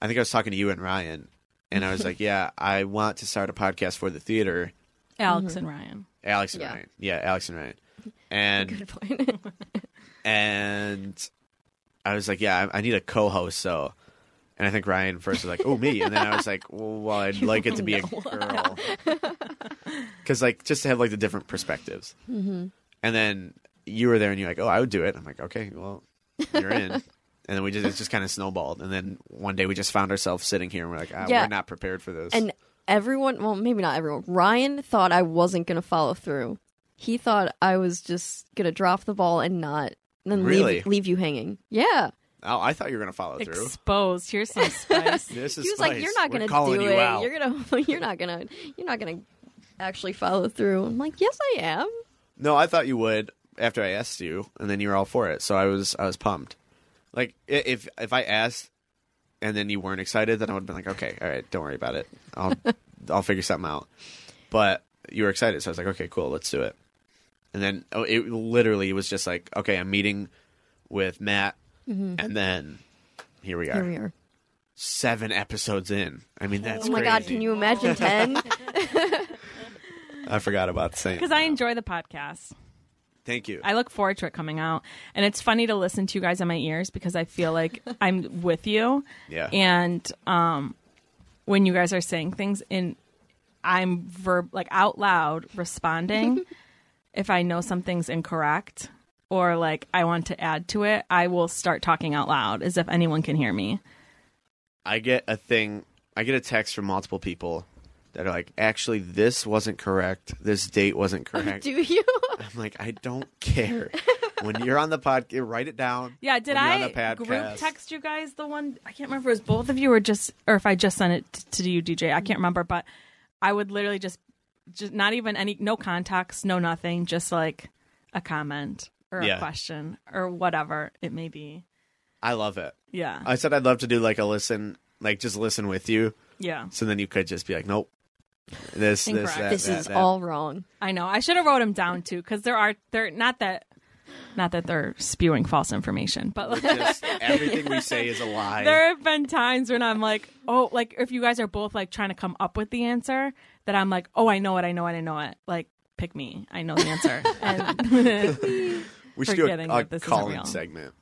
S2: I think I was talking to you and Ryan, and I was like, "Yeah, I want to start a podcast for the theater."
S3: Alex and Ryan.
S2: Alex and
S1: Yeah.
S2: Ryan, yeah, Alex and Ryan, and
S1: Good point.
S2: and I was like, "Yeah, I, I need a co-host." So, and I think Ryan first was like, "Oh, me," and then I was like, "Well, I'd like it to be a girl," because like just to have like the different perspectives.
S1: Mm-hmm.
S2: And then you were there, and you're like, "Oh, I would do it." I'm like, "Okay, well, you're in." and then we just it just kind of snowballed, and then one day we just found ourselves sitting here, and we're like, ah,
S1: Yeah.
S2: "We're not prepared for this."
S1: and everyone, well, maybe not everyone. Ryan thought I wasn't going to follow through. He thought I was just going to drop the ball and not then
S2: Really?
S1: leave, leave you hanging. Yeah.
S2: oh, I thought you were gonna follow through.
S3: Exposed. Here's some spice.
S2: This is
S1: he was like, "You're not
S2: going
S1: gonna
S2: to
S1: do
S2: you
S1: it.
S2: Out.
S1: You're gonna, you're not gonna, you're not gonna actually follow through." I'm like, "Yes, I am."
S2: No, I thought you would after I asked you, and then you were all for it. So I was I was pumped. Like i- if if I asked and then you weren't excited, then I would have been like, okay, all right, don't worry about it. I'll I'll figure something out. But you were excited, so I was like, okay, cool, let's do it. And then oh, it literally was just like, okay, I'm meeting with Matt, and then here we are,
S1: Mm-hmm. Here we are.
S2: seven episodes in. I mean, that's
S1: oh my god,
S2: crazy.
S1: can you imagine ten?
S2: I forgot about saying.
S3: Because I enjoy the podcast.
S2: Thank you.
S3: I look forward to it coming out. And it's funny to listen to you guys on my ears because I feel like I'm with you.
S2: Yeah.
S3: And um, when you guys are saying things in, I'm verb like out loud responding. if I know something's incorrect or like I want to add to it, I will start talking out loud as if anyone can hear me.
S2: I get a thing. I get a text from multiple people that are like, actually, this wasn't correct. This date wasn't
S3: Oh,
S2: correct.
S1: Do you?
S2: I'm like, I don't care. when you're on the podcast, write it down.
S3: Yeah, did
S2: When you're
S3: I
S2: on the podcast.
S3: group text you guys the one? I can't remember if it was both of you or just, or if I just sent it t- to you, DJ. I can't remember, but I would literally just, just not even any, no context, no nothing, just like a comment or
S2: Yeah.
S3: a question or whatever it may be.
S2: I love it.
S3: Yeah.
S2: I said I'd love to do like a listen, like just listen with you.
S3: yeah.
S2: So then you could just be like, nope. This, this,
S3: Incorrect.
S2: that,
S1: this
S2: is
S1: is all wrong.
S3: I know. I should have wrote them down too because there are, they're not that, not that they're spewing false information, but like,
S2: Just everything we say is a lie.
S3: there have been times when I'm like, oh, like if you guys are both like trying to come up with the answer, that I'm like, oh, I know it, I know it, I know it. Like, pick me, I know the answer. and,
S2: we should do
S3: forgetting
S2: a, a
S3: that this isn't
S2: call-in
S3: real.
S2: segment.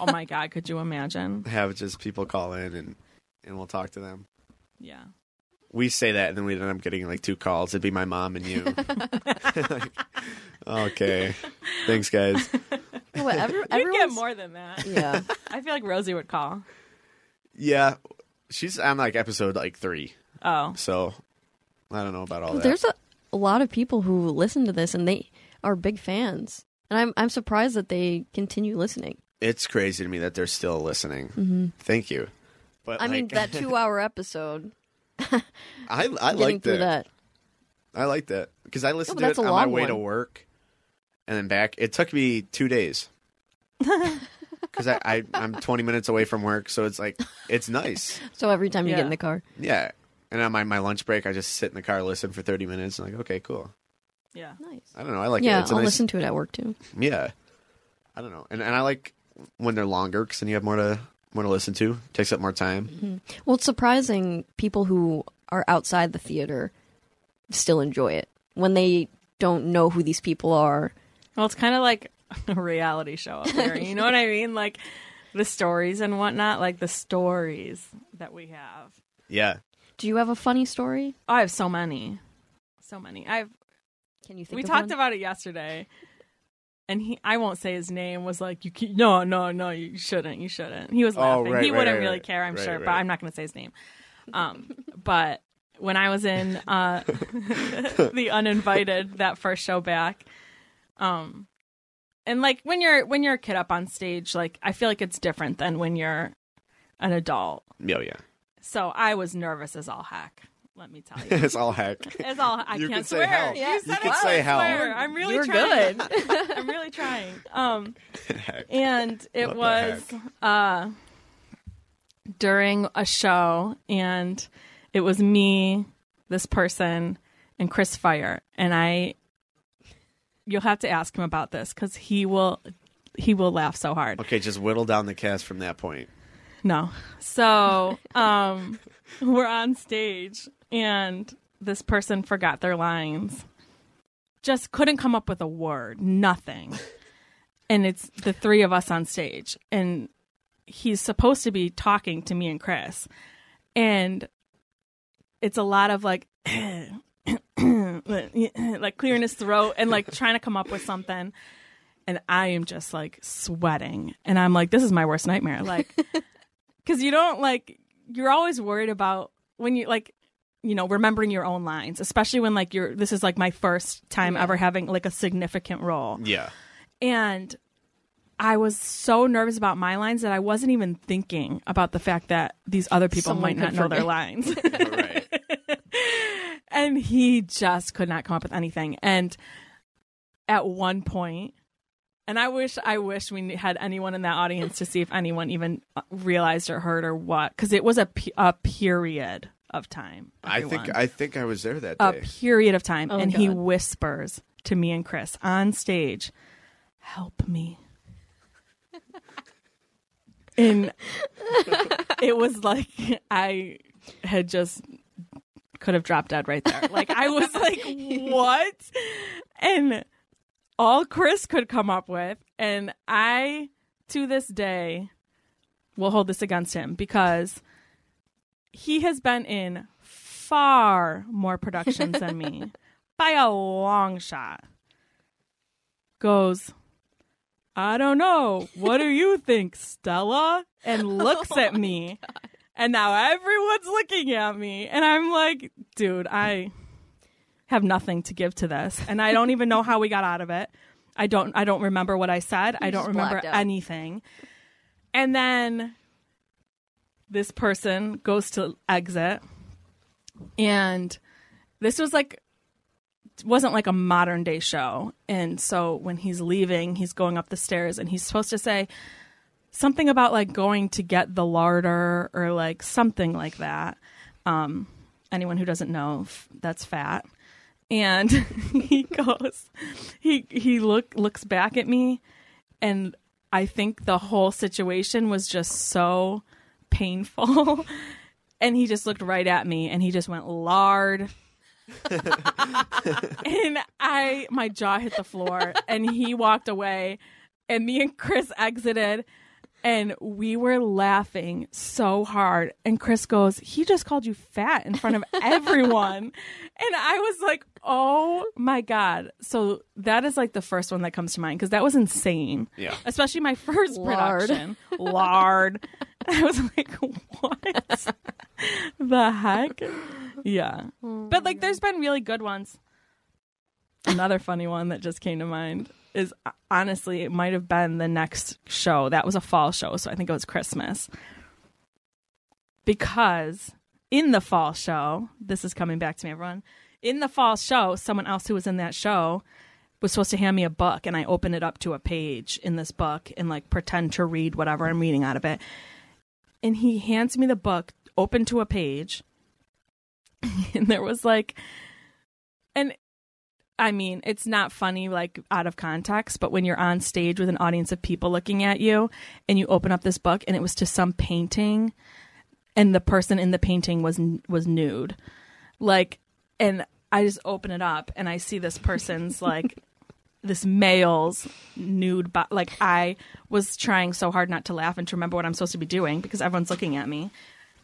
S3: oh my god, could you imagine?
S2: Have just people call in and and we'll talk to them.
S3: Yeah,
S2: we say that and then we end up getting like two calls. It'd be my mom and you. Like, okay. Thanks, guys.
S1: What, every,
S3: you get
S1: everyone's-
S3: more than that.
S1: Yeah.
S3: I feel like Rosie would call.
S2: Yeah. She's on like episode like three.
S3: Oh,
S2: So I don't know about all that.
S1: Oh, There's a, a lot of people who listen to this and they are big fans. And I'm I'm surprised that they continue listening.
S2: it's crazy to me that they're still listening. Thank you. But
S1: Mm-hmm. I mean, that
S2: like,
S1: two hour episode,
S2: I I
S1: getting
S2: like
S1: through
S2: that.
S1: that.
S2: I like that because I listened
S1: but
S2: to
S1: that's
S2: it
S1: a
S2: on my
S1: long
S2: way to
S1: one.
S2: work and then back. It took me two days because I, I I'm 20 minutes away from work, so it's like it's nice.
S1: So every time you get
S3: Yeah.
S1: in the car,
S2: Yeah. And on my, my lunch break, I just sit in the car, listen for 30 minutes, and like, okay, cool.
S3: yeah.
S1: nice.
S2: I don't know. I like it.
S1: yeah,
S2: It's a
S1: I'll
S2: nice-
S1: listen to it at work too.
S2: Yeah. I don't know. And, and I like when they're longer because then you have more to more to listen to. Takes up more time.
S1: Mm-hmm. Well, it's surprising people who are outside the theater still enjoy it when they don't know who these people are.
S3: Well, it's kind of like a reality show up here. You know what I mean? Like the stories and whatnot, like the stories that we have.
S2: Yeah.
S1: Do you have a funny story?
S3: Oh, I have so many, so many. I've
S1: Can you think
S3: we
S1: of
S3: talked
S1: one?
S3: about it yesterday and he i won't say his name was like you keep, no no no you shouldn't you shouldn't he was
S2: Oh,
S3: laughing
S2: right,
S3: he
S2: right,
S3: wouldn't
S2: right,
S3: really
S2: right.
S3: care i'm
S2: Right,
S3: sure but
S2: right.
S3: i'm not going to say his name um, but when i was in uh, the uninvited that first show back um, and like when you're when you're a kid up on stage like i feel like it's different than when you're an adult
S2: Yeah, Oh, yeah.
S3: so i was nervous as all heck let me tell you
S2: it's all heck.
S3: it's all i
S2: You
S3: can't
S2: could say
S3: swear
S2: hell.
S1: Yeah.
S3: you said
S2: You
S3: it
S2: could
S3: well,
S2: say
S3: I
S2: hell.
S3: swear. i'm really
S1: You're
S3: trying
S1: good.
S3: I'm really trying. Um,
S2: Heck.
S3: and it
S2: What
S3: was
S2: the
S3: uh, during a show, and it was me, this person, and Chris Fire. And I, you'll have to ask him about this because he will he will laugh so hard.
S2: Okay, just whittle down the cast from that point.
S3: No. So um, we're on stage, and this person forgot their lines. Just couldn't come up with a word, nothing. And it's the three of us on stage, and he's supposed to be talking to me and Chris, and it's a lot of like, like clearing his throat and like trying to come up with something and I am just like sweating. And I'm like, this is my worst nightmare. Like, because you don't like, you're always worried about when you like, you know, remembering your own lines, especially when like you're, this is like my first time ever having like a significant role.
S2: Yeah.
S3: And I was so nervous about my lines that I wasn't even thinking about the fact that these other people
S1: Someone
S3: might
S1: could
S3: not know their
S1: forget.
S3: lines.
S2: All right.
S3: and he just could not come up with anything. And at one point, and I wish I wish we had anyone in that audience to see if anyone even realized or heard or what, because it was a, pe- a period of time.
S2: I think
S3: everyone.
S2: I think I was there that
S3: a
S2: day.
S3: period of time,
S1: Oh,
S3: and he
S1: God.
S3: whispers to me and Chris on stage, "Help me." and it was like I had just could have dropped dead right there. Like I was like, "What?" And all Chris could come up with, and I to this day will hold this against him because he has been in far more productions than me by a long shot. Goes, I don't know. What do you think, Stella?
S1: Oh
S3: And looks at me. And now everyone's looking at me. And I'm like, dude, I have nothing to give to this. And I don't even know how we got out of it. I don't I don't remember what I said. I don't
S1: just
S3: remember
S1: blacked out.
S3: anything. And then this person goes to exit and this was like wasn't like a modern day show and so when he's leaving he's going up the stairs and he's supposed to say something about like going to get the larder or like something like that um anyone who doesn't know f- that's fat and he goes he he look looks back at me and i think the whole situation was just so painful and he just looked right at me and he just went lard and i my jaw hit the floor and he walked away and me and chris exited and we were laughing so hard and chris goes he just called you fat in front of everyone and i was like oh my god so that is like the first one that comes to mind because that was insane
S2: Yeah.
S3: especially my first
S1: Lard.
S3: production. Lard. I was like, what the heck? Yeah. but like, there's been really good ones. Another funny one that just came to mind is uh, honestly, it might have been the next show. That was a fall show, so I think it was Christmas. Because in the fall show, this is coming back to me, everyone. In the fall show, someone else who was in that show was supposed to hand me a book and I open it up to a page in this book and like pretend to read whatever I'm reading out of it. And he hands me the book open to a page and there was like and I mean, it's not funny like out of context, but when you're on stage with an audience of people looking at you and you open up this book and it was to some painting and the person in the painting was was nude. Like and I just open it up and I see this person's like this male's nude bo- like I was trying so hard not to laugh and to remember what I'm supposed to be doing because everyone's looking at me.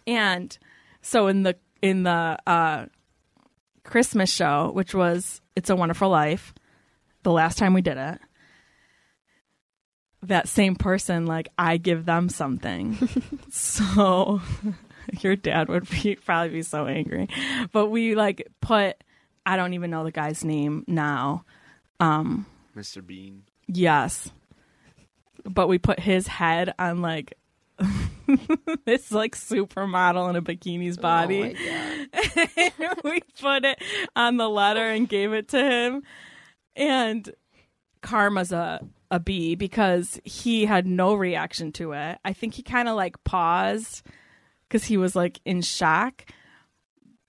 S3: And so in the in the uh Christmas show, which was It's a Wonderful Life, the last time we did it, that same person, like I give them something. so your dad would be, probably be so angry. But we like put I don't even know the guy's name now. Um
S2: Mr. Bean.
S3: yes. But we put his head on like this like supermodel in a bikini's body
S1: Oh my
S3: we put it on the letter and gave it to him. And Karma's a, a B because he had no reaction to it. I think he kind of like paused because he was like in shock.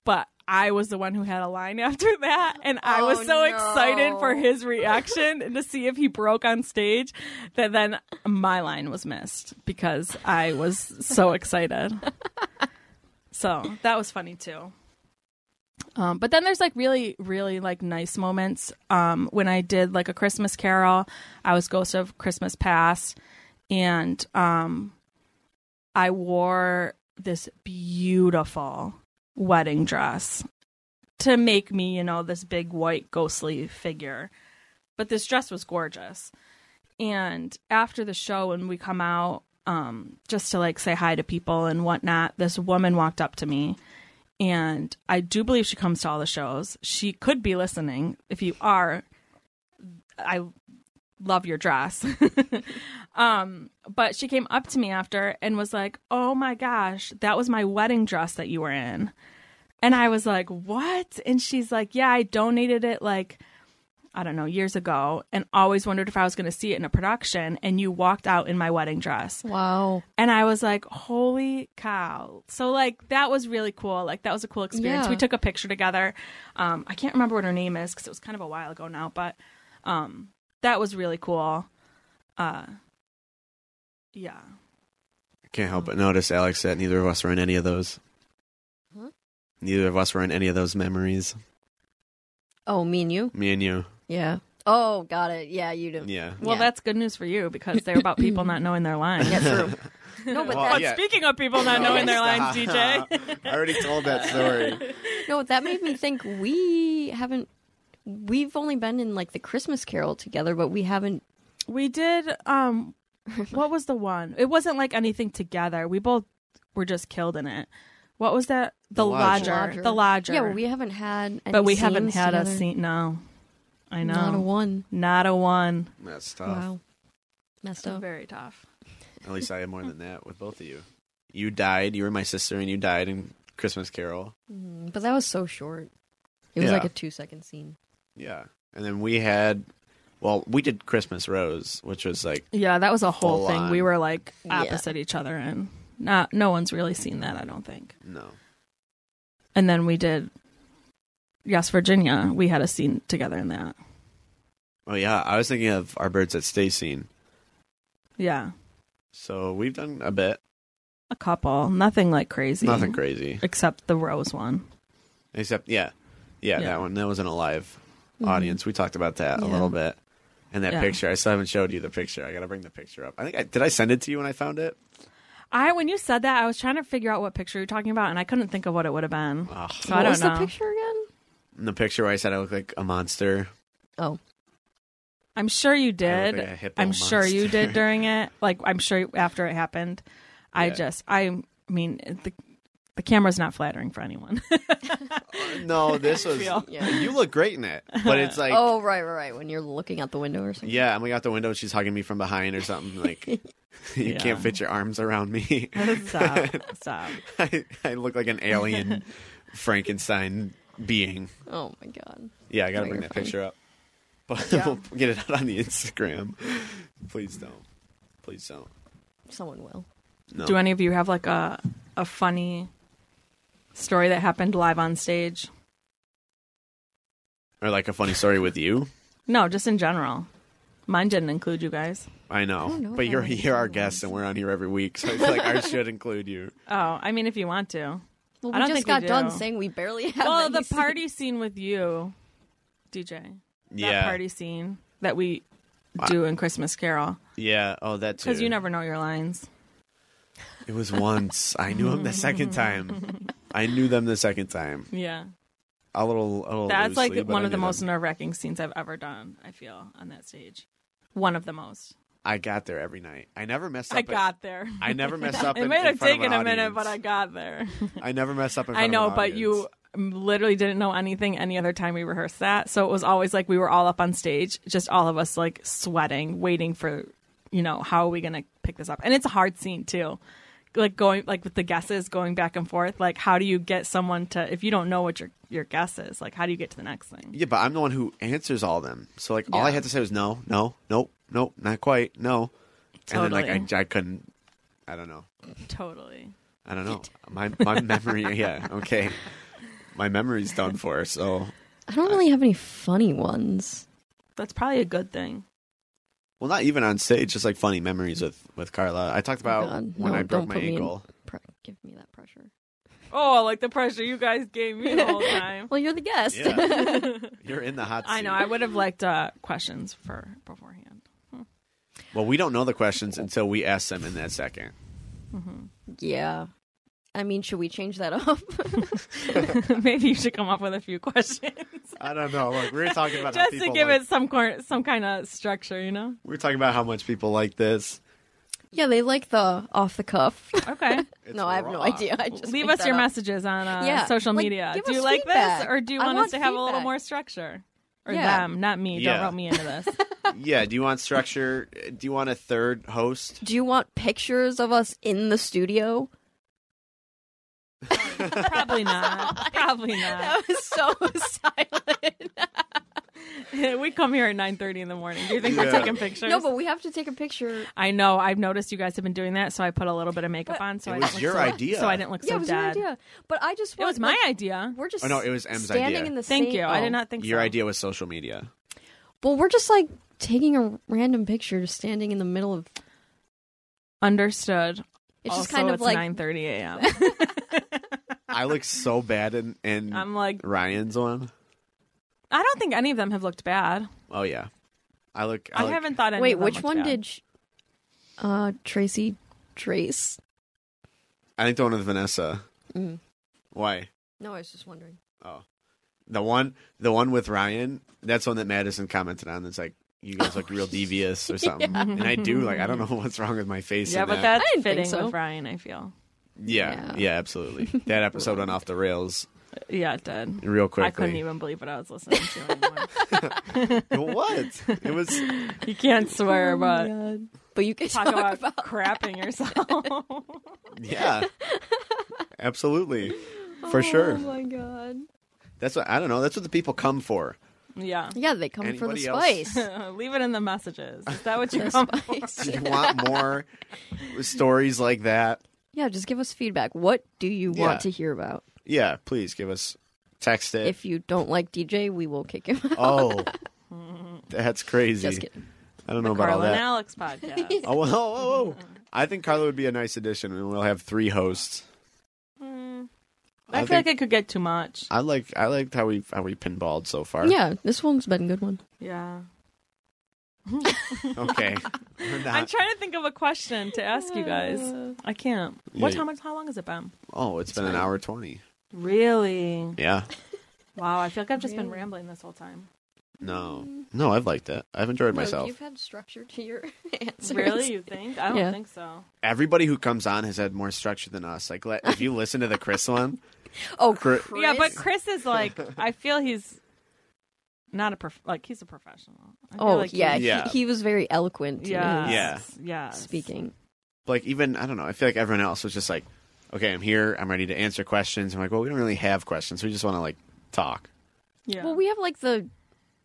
S3: But I was the one who had a line after that, and I was
S1: Oh,
S3: so
S1: no.
S3: excited for his reaction and to see if he broke on stage that then my line was missed because I was so excited. So that was funny too. Um, but then there's like really, really like nice moments. Um, when I did like a Christmas Carol, I was Ghost of Christmas Past, and um, I wore this beautiful wedding dress to make me, you know, this big white ghostly figure. But this dress was gorgeous. And after the show, when we come out, um, just to like say hi to people and whatnot, this woman walked up to me. And I do believe she comes to all the shows. She could be listening. If you are, I love your dress. um, but she came up to me after and was like, Oh my gosh, that was my wedding dress that you were in. And I was like, What? And she's like, Yeah, I donated it like, I don't know, years ago and always wondered if I was going to see it in a production. And you walked out in my wedding dress.
S1: Wow.
S3: And I was like, holy cow. So, like, that was really cool. Like, that was a cool experience.
S1: Yeah.
S3: We took a picture together. Um, I can't remember what her name is because it was kind of a while ago now, but um, that was really cool. Uh, yeah.
S2: I can't help but notice, Alex, that neither of us were in any of those.
S1: Huh?
S2: Neither of us were in any of those memories.
S1: Oh, me and you?
S2: Me and you.
S1: Yeah. Oh, got it. Yeah, you didn't.
S2: Yeah.
S3: Well,
S1: Yeah.
S3: that's good news for you because they're about people not knowing their lines.
S1: Yeah, true. No, but
S2: Well,
S1: that,
S3: But speaking of people not knowing their lines,
S2: Stop.
S3: DJ.
S2: I already told that story.
S1: no, that made me think we haven't. We've only been in like the Christmas Carol together, but we haven't.
S3: We did. Um, what was the one? It wasn't like anything together. We both were just killed in it. What was that? The,
S2: The Lodger.
S3: lodger. The lodger.
S1: Yeah, well, we haven't had. Any
S3: but we haven't
S1: scenes
S3: had a
S1: together.
S3: scene. No, I know.
S1: Not a one.
S3: Not a one.
S2: That's tough.
S1: Wow. Messed up.
S3: very tough.
S2: At least I had more than that with both of you. You died. You were my sister, and you died in Christmas Carol.
S1: Mm, But that was so short. It was
S2: Yeah.
S1: like a two second scene.
S2: Yeah. And then we had, well, we did Christmas Rose, which was like,
S3: Yeah, that was a whole
S2: Full
S3: thing.
S2: on.
S3: We were like
S1: Yeah.
S3: opposite each other, and not no one's really seen that. I don't think.
S2: no.
S3: And then we did. Yes, Virginia. We had a scene together in that.
S2: Oh, yeah. I was thinking of our Birds at Stay scene.
S3: Yeah,
S2: So we've done a bit.
S3: a couple. Nothing like crazy.
S2: Nothing crazy.
S3: except the rose one.
S2: Except, yeah. Yeah,
S3: Yeah. Mm-hmm.
S2: that one. That wasn't a live Mm-hmm. audience. We talked about that a
S1: Yeah.
S2: little bit. And that
S3: Yeah.
S2: picture, I still haven't showed you the picture. I got to bring the picture up. I think I did I send it to you when I found it?
S3: I when you said that, I was trying to figure out what picture you're talking about, and I couldn't think of what it would have been.
S2: Ugh.
S3: So
S1: what
S3: I don't
S1: was
S3: know.
S1: the picture again?
S2: The picture where I said I look like a monster.
S1: Oh,
S3: I'm sure you
S2: I look
S3: did.
S2: like a hippo
S3: I'm sure you
S2: monster.
S3: did during it. Like I'm sure after it happened. I
S2: Yeah.
S3: just I mean the the camera's not flattering for anyone.
S2: No, this was.
S3: feel.
S1: Yeah.
S2: You look great in it, but it's like,
S1: oh, right, right, right. When you're looking out the window or something.
S2: yeah, I'm like out the window. and She's hugging me from behind or something. Like, you
S3: Yeah.
S2: can't fit your arms around me.
S3: stop, stop.
S2: I, I look like an alien Frankenstein being.
S1: Oh my god.
S2: Yeah, I gotta
S1: No,
S2: bring
S1: you're
S2: that
S1: fine.
S2: picture up. But we'll get it out on the Instagram. Please don't. Please don't.
S1: Someone will.
S2: No.
S3: Do any of you have like a a funny story that happened live on stage?
S2: or like a funny story with you?
S3: No, just in general. Mine didn't include you guys.
S2: I know,
S1: don't know
S2: but
S1: if I
S2: you're
S1: have
S2: you're our
S1: any.
S2: guest, and we're on here every week, so I feel like ours should include you.
S3: Oh, I mean, if you want to.
S1: Well,
S3: I
S1: we
S3: don't
S1: just
S3: think we
S1: got
S3: do.
S1: done saying we barely have.
S3: well,
S1: any
S3: the
S1: scenes.
S3: party scene with you, DJ. That
S2: yeah,
S3: party scene that we do in Christmas Carol.
S2: yeah. Oh, that too.
S3: Because you never know your lines.
S2: It was once. I knew him the second time. I knew them the second time.
S3: Yeah.
S2: A little, a little.
S3: That's like
S2: loosely, but
S3: one
S2: I
S3: of the
S2: knew
S3: most
S2: them.
S3: nerve wracking scenes I've ever done, I feel, on that stage. One of the most.
S2: I got there every night. I never messed up.
S3: I
S2: in-
S3: got there.
S2: I never messed up.
S3: it
S2: in,
S3: may
S2: in
S3: have
S2: front of an
S3: taken a minute,
S2: audience.
S3: but I got there.
S2: I never messed up. In front
S3: I
S2: of
S3: know,
S2: an
S3: but you
S2: audience.
S3: literally didn't know anything any other time we rehearsed that. So it was always like we were all up on stage, just all of us like sweating, waiting for, you know, how are we going to pick this up? And it's a hard scene too. Like going like with the guesses going back and forth, like how do you get someone to if you don't know what your your guess is, like how do you get to the next thing?
S2: Yeah, but I'm the one who answers all of them. So like, all I
S3: Yeah.
S2: had to say was no, no, nope, nope, not quite, no. And then like
S3: Totally.
S2: I, I couldn't. I don't know.
S3: Totally.
S2: I don't know. My my memory. Yeah. Okay. my memory's done for. So,
S1: I don't really have any funny ones.
S3: That's probably a good thing.
S2: well, not even on stage, just like funny memories with with Carla. I talked about
S1: Oh God,
S2: when
S1: no,
S2: I broke
S1: don't
S2: my
S1: put me in-
S2: ankle.
S1: Pre- give me that pressure.
S3: Oh, like the pressure you guys gave me the whole time.
S1: Well, you're the guest.
S2: Yeah. You're in the hot seat.
S3: I know. I would have liked uh, questions for beforehand.
S2: Well, we don't know the questions until we ask them in that second.
S1: yeah. I mean, should we change that up?
S3: Mm-hmm. Maybe you should come up with a few questions
S2: I don't know. Look, we were talking about
S3: just to give it some cor- some kind of structure, you know?
S2: We were talking about how much people like this.
S1: yeah, they like the off the cuff.
S3: Okay.
S2: It's
S1: no, I have no
S2: raw.
S1: idea. I just
S3: Leave
S1: made
S3: us
S1: that
S3: your
S1: up.
S3: messages on uh,
S1: Yeah,
S3: social
S1: like,
S3: media.
S1: give
S3: Do you
S1: us
S3: like this,
S1: feedback.
S3: or do you
S1: I
S3: want,
S1: want
S3: us to have a little
S1: feedback.
S3: more structure? Or
S1: Yeah.
S3: them, not me. Don't
S2: Yeah.
S3: rope me into this.
S2: Yeah. Do you want structure? Do you want a third host?
S1: Do you want pictures of us in the studio?
S3: Probably not. Probably
S1: That
S3: not.
S1: was so silent.
S3: we come here at nine thirty in the morning. Do you think we're
S2: Yeah.
S3: taking pictures?
S1: no, but we have to take a picture.
S3: I know. I've noticed you guys have been doing that, so I put a little bit of makeup on. So
S2: It
S3: I
S2: was
S3: didn't look
S2: your
S3: so,
S2: idea.
S3: So I didn't look
S1: yeah,
S3: so
S1: it was
S3: bad.
S1: your idea. But I just
S3: It
S1: want,
S3: was my
S1: like,
S3: idea.
S1: We're just
S2: Oh, no, it was M's
S1: standing
S2: idea.
S1: in the
S3: Thank
S1: same-
S3: you. I
S1: oh.
S3: did not think
S2: Your
S3: so.
S2: idea was social media.
S1: Well, we're just like taking a random picture, just standing in the middle of.
S3: Understood.
S1: It's just
S3: Also,
S1: kind of
S3: it's
S1: like
S3: nine thirty a.m.
S2: I look so bad in, in
S1: Um,
S3: I'm like,
S2: Ryan's one.
S3: I don't think any of them have looked bad.
S2: Oh yeah, I look. I,
S3: I,
S2: look-
S3: haven't thought. Any
S1: Wait,
S3: of them
S1: which
S3: looked
S1: one
S3: bad.
S1: did sh- uh Tracy Trace?
S2: I think the one with Vanessa.
S1: Mm.
S2: Why?
S1: No, I was just wondering.
S2: Oh, the one, the one with Ryan. That's one that Madison commented on. That's like you
S3: Oh,
S2: guys look real devious or something. And I do like I don't know what's wrong with my face.
S3: Yeah,
S2: in
S3: but
S2: that.
S1: I
S3: that's
S1: didn't think
S3: fitting
S1: so.
S3: with Ryan. I feel.
S2: yeah,
S1: Yeah.
S2: yeah, absolutely. That episode went off the rails
S3: Yeah, it did.
S2: real quickly.
S3: I couldn't even believe what I was listening to. anymore.
S2: what? It was.
S3: you can't swear, but
S1: But you can
S3: talk,
S1: Oh talk,
S3: about,
S1: about.
S3: crapping yourself.
S2: Yeah, absolutely, for
S3: Oh.
S2: sure.
S1: Oh my god.
S2: That's what I don't know. That's what the people come for.
S3: yeah.
S1: Yeah, they come for the
S2: Anybody else?
S1: spice.
S3: Leave it in the messages. Is that what you
S1: The
S3: come?
S1: spice.
S2: Do you want more stories like that?
S1: yeah, just give us feedback. What do you
S2: Yeah.
S1: want to hear about?
S2: Yeah, please give us text it.
S1: If you don't like DJ, we will kick him out.
S2: oh, that's crazy.
S1: Just kidding.
S2: I don't know about all
S3: Carla and
S2: that.
S3: Alex podcast.
S2: Oh, whoa, whoa, whoa. I think Carla would be a nice addition, and we'll have three hosts.
S3: Mm, I,
S2: I
S3: feel
S2: think-
S3: like it could get too much.
S2: I like I liked how we how we pinballed so far.
S1: Yeah, this one's been a good one.
S3: Yeah.
S2: Okay. We're
S3: I'm
S2: not-
S3: trying to think of a question to ask you guys. I can't. What
S2: Yeah.
S3: time? How long has it been?
S2: oh, it's been an hour twenty.
S3: Really?
S2: Yeah.
S3: Wow. I feel like I've just been
S1: Really?
S3: rambling this whole time.
S2: No.
S3: Mm.
S2: No, I've liked it. I've enjoyed myself.
S1: You've had structure to your answers.
S3: Really? You think? I don't
S1: Yeah.
S3: think so.
S2: Everybody who comes on has had more structure than us. Like, let, if you listen to the Chris one,
S1: Oh,
S2: Cri-
S1: Chris.
S3: Yeah, but Chris is like. I feel he's not a prof- like he's a professional. I feel
S1: Oh,
S3: like
S1: yeah,
S3: he's-
S2: Yeah.
S1: He, he was very eloquent.
S3: Yeah.
S1: in his
S2: Yeah.
S3: Yes.
S1: Speaking.
S2: like even I don't know. I feel like everyone else was just like, okay, I'm here. I'm ready to answer questions. I'm like, well, we don't really have questions. We just want to like talk.
S3: Yeah.
S1: Well, we have like the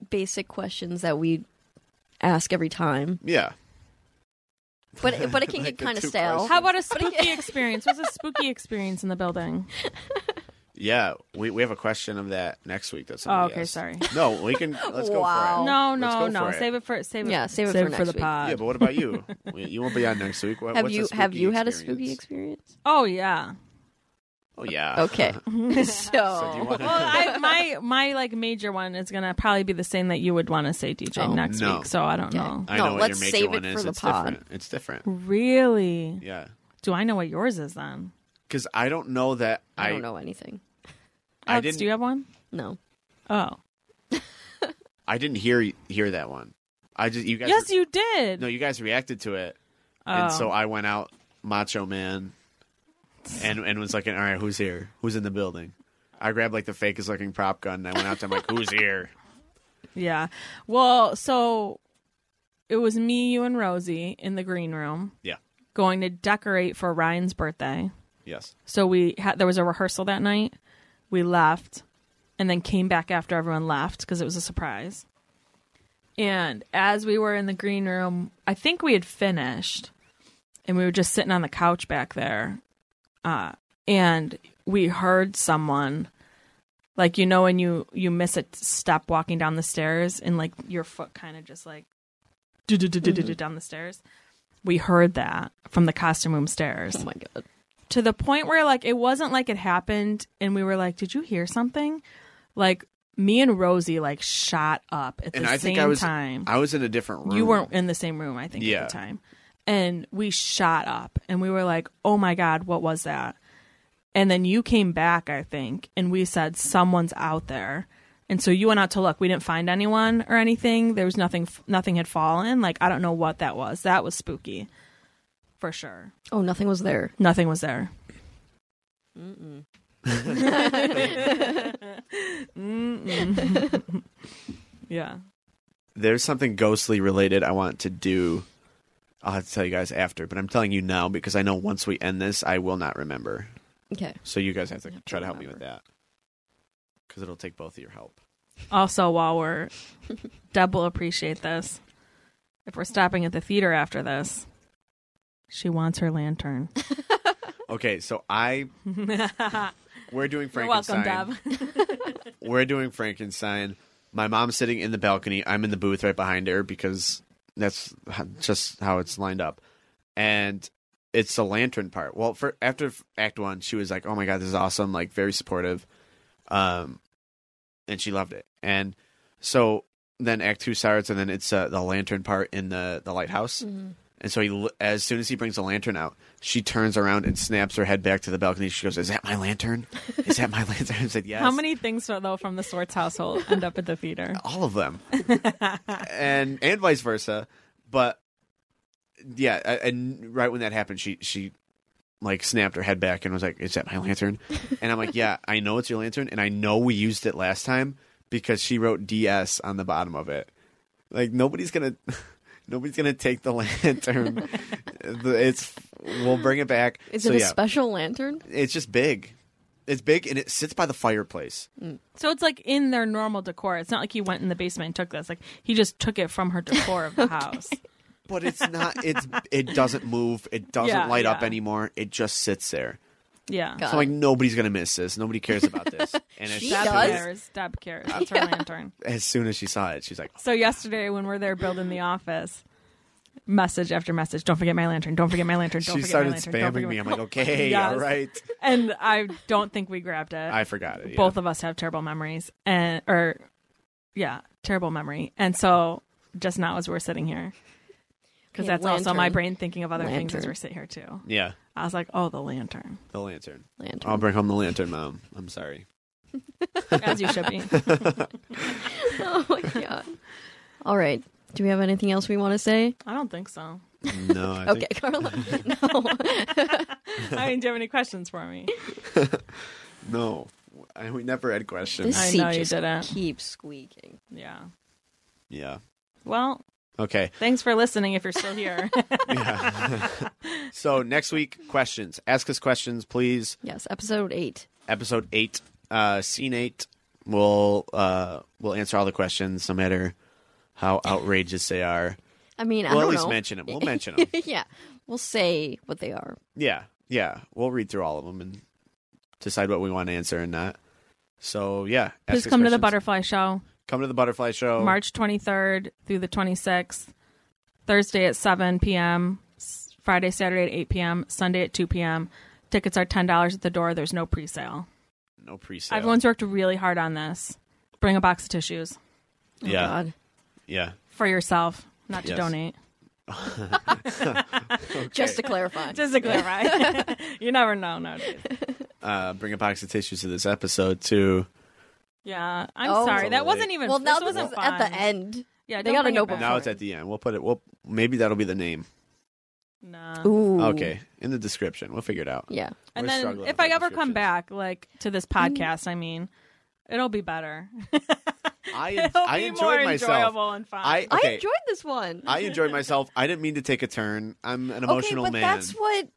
S1: basic questions that we ask every time,
S2: Yeah.
S1: but it, but it can get
S2: Like the
S1: kind of
S2: two
S1: stale.
S3: How about a spooky experience? What's a spooky experience in the building?
S2: Yeah, we, we have a question of that next week. That's
S3: Oh, okay, sorry.
S2: No, we can let's go
S1: Wow.
S2: for it.
S3: No,
S2: Let's
S3: no,
S2: go
S3: no.
S2: for
S3: Save it for save it.
S1: Yeah, save it for next
S3: the
S1: week.
S3: pod.
S2: Yeah, but what about you? you won't be on next week. What,
S1: have
S2: what's a
S1: you have
S2: spooky
S1: you had a
S2: experience?
S1: spooky experience?
S3: oh yeah.
S2: Oh yeah.
S1: Okay, so,
S2: Do you want
S3: Well, I, my my like major one is gonna probably be the same that you would want to say DJ
S1: Oh,
S3: next
S2: no.
S3: week. So I don't
S1: Okay.
S3: know.
S2: I
S1: No,
S2: know what
S1: let's
S2: your major
S1: save it
S2: one
S1: for
S2: is.
S1: the
S2: it's
S1: pod.
S2: different. It's different.
S3: Really?
S2: Yeah,
S3: Do I know what yours is then?
S2: because I don't know that
S1: I
S2: I,
S1: don't know anything.
S2: I
S3: Alex,
S2: didn't-
S3: do you have one?
S1: No,
S3: Oh,
S2: I didn't hear hear that one. I just you guys.
S3: yes, you did.
S2: no, you guys reacted to it.
S3: oh.
S2: And so I went out macho man and and was like, all right, who's here? Who's in the building? I grabbed like the fakest looking prop gun and I went out there I'm like, who's here?
S3: yeah. Well, so it was me, you, and Rosie in the green room
S2: Yeah.
S3: going to decorate for Ryan's birthday.
S2: Yes.
S3: So we had there was a rehearsal that night. We left and then came back after everyone left because it was a surprise. And as we were in the green room, I think we had finished and we were just sitting on the couch back there. Uh, and we heard someone Like you know when you you miss a step walking down the stairs and like your foot kind of just like do do do do do do down the stairs. We heard that from the costume room stairs
S1: Oh my god.
S3: to the point where like it wasn't like it happened and we were like did you hear something like me and rosie like shot up at
S2: and
S3: the
S2: I
S3: same
S2: think I was
S3: time
S2: I was in a different room.
S3: you weren't in the same room i think
S2: Yeah.
S3: at the time and we shot up and we were like oh my god what was that and then you came back i think and we said someone's out there and so you went out to look we didn't find anyone or anything there was nothing nothing had fallen like i don't know what that was that was spooky for sure
S1: Oh, nothing was there.
S3: nothing was there
S1: Mm-mm.
S3: yeah.
S2: There's something ghostly related I want to do. I'll have to tell you guys after, but I'm telling you now because I know once we end this, I will not remember.
S1: Okay.
S2: So you guys have to
S1: have to
S2: try to help me with
S1: remember.
S2: that because it'll take both of your help.
S3: Also, while we're Deb will appreciate this. If we're stopping at the theater after this, she wants her lantern.
S2: Okay, so I
S3: You're
S2: we're doing Frankenstein.
S3: welcome, Deb.
S2: We're doing Frankenstein. My mom's sitting in the balcony. I'm in the booth right behind her because that's ho- just how it's lined up. And it's the lantern part. Well, for after f- Act One, she was like, "Oh my god, this is awesome!" Like very supportive, um, and she loved it. And so then Act Two starts, and then it's uh, the lantern part in the the lighthouse.
S3: Mm.
S1: Mm-hmm.
S2: And so he, l- as soon as he brings the lantern out, she turns around and snaps her head back to the balcony. She goes, "Is that my lantern? Is that my lantern?" I said, "Yes."
S3: How many things though from the Swartz household end up at the theater?
S2: all of them
S1: Oh.
S2: and and vice versa but yeah a- and right when that happened she she like snapped her head back and was like is that my lantern and i'm like yeah i know it's your lantern and i know we used it last time because she wrote ds on the bottom of it like nobody's gonna nobody's gonna take the lantern The- it's we'll bring it back
S1: Is
S2: so
S1: it a
S2: yeah
S1: special lantern?
S2: it's just big it's big and it sits by the fireplace
S3: So it's like in their normal decor. It's not like he went in the basement and took this. Like he just took it from her decor of the house.
S2: But it's not. It's it doesn't move. It doesn't
S3: Yeah,
S2: light up
S3: yeah.
S2: anymore. It just sits there.
S3: Yeah.
S1: Got
S2: So like nobody's gonna miss this. Nobody cares about this. And as,
S1: She
S3: Deb
S2: soon
S1: does?
S2: As,
S3: cares. Deb cares. That's her lantern.
S2: as soon as she saw it, she's like,
S3: So yesterday, when we're there building the office, message after message, don't forget my lantern, don't forget my lantern, don't
S2: she
S3: forget
S2: started
S3: my lantern. don't
S2: spamming
S3: forget
S2: me.
S3: my-"
S2: I'm like, okay,
S3: Yes.
S2: all right.
S3: and I don't think we grabbed it.
S2: I forgot it. yeah.
S3: Both of us have terrible memories, and or yeah, terrible memory. And so just now, as we're sitting here, because
S1: Okay,
S3: that's also my
S1: lantern.
S3: brain thinking of other things as
S1: Lantern.
S3: we're sitting here too.
S2: Yeah,
S3: I was like, oh, the lantern,
S2: the lantern.
S1: Lantern.
S2: I'll bring home the lantern, mom. I'm sorry.
S3: as you should be.
S1: oh my god. All right. Do we have anything else we want to say?
S3: I don't think so.
S2: No. I
S1: Okay,
S2: Think,
S1: Carla. No.
S3: I mean, do you have any questions for me?
S2: no. I, we never had questions.
S1: this
S3: I
S1: seat
S3: know you
S1: just
S3: didn't.
S1: keeps squeaking.
S3: Yeah.
S2: yeah.
S3: Well,
S2: Okay.
S3: thanks for listening. If you're still here.
S2: Yeah. so next week, questions. Ask us questions, please.
S1: Yes, episode eight.
S2: episode eight, uh, scene eight. We'll uh, we'll answer all the questions, no matter how outrageous they are.
S1: I mean, I
S2: We'll at
S1: don't
S2: least
S1: know.
S2: mention them. We'll mention them.
S1: yeah, we'll say what they are.
S2: yeah, yeah. We'll read through all of them and decide what we want to answer and not. So yeah, ask
S3: Please
S2: us
S3: come to the
S2: questions.
S3: Butterfly Show.
S2: Come to the butterfly show.
S3: March 23rd through the 26th, Thursday at 7 p.m., s- Friday, Saturday at 8 p.m., Sunday at 2 p.m. Tickets are $10 at the door. There's no pre sale.
S2: No pre-sale.
S3: Everyone's worked really hard on this. Bring a box of tissues
S1: Oh,
S2: Yeah.
S1: God.
S2: yeah.
S3: for yourself, not to
S2: Yes.
S3: donate.
S1: Just to clarify.
S3: Just to clarify, you never know nowadays.
S2: Uh, bring a box of tissues to this episode too.
S3: Yeah, I'm
S1: Oh.
S3: sorry. That wasn't even.
S1: well, now this
S3: this wasn't
S1: is at
S3: fun.
S1: the end.
S3: Yeah,
S1: They
S3: don't
S1: got a
S3: bring it
S1: notebook.
S3: back.
S2: Now it's at the end. We'll put it. Well, maybe that'll be the name.
S3: Nah.
S1: Ooh.
S2: Okay, in the description, we'll figure it out.
S1: Yeah.
S3: And
S2: We're
S3: then
S2: struggling with
S3: if
S2: Mm-hmm.
S3: I
S2: our
S3: ever come
S2: descriptions.
S3: back, like to this podcast, I mean, it'll be better.
S2: I
S3: It'll
S2: I
S3: be
S2: enjoyed
S3: more
S2: myself.
S3: enjoyable and fun.
S2: I
S1: I
S2: okay.
S1: enjoyed this one.
S2: I enjoyed myself. I didn't mean to take a turn. I'm an emotional
S1: okay, but
S2: man,
S1: that's what.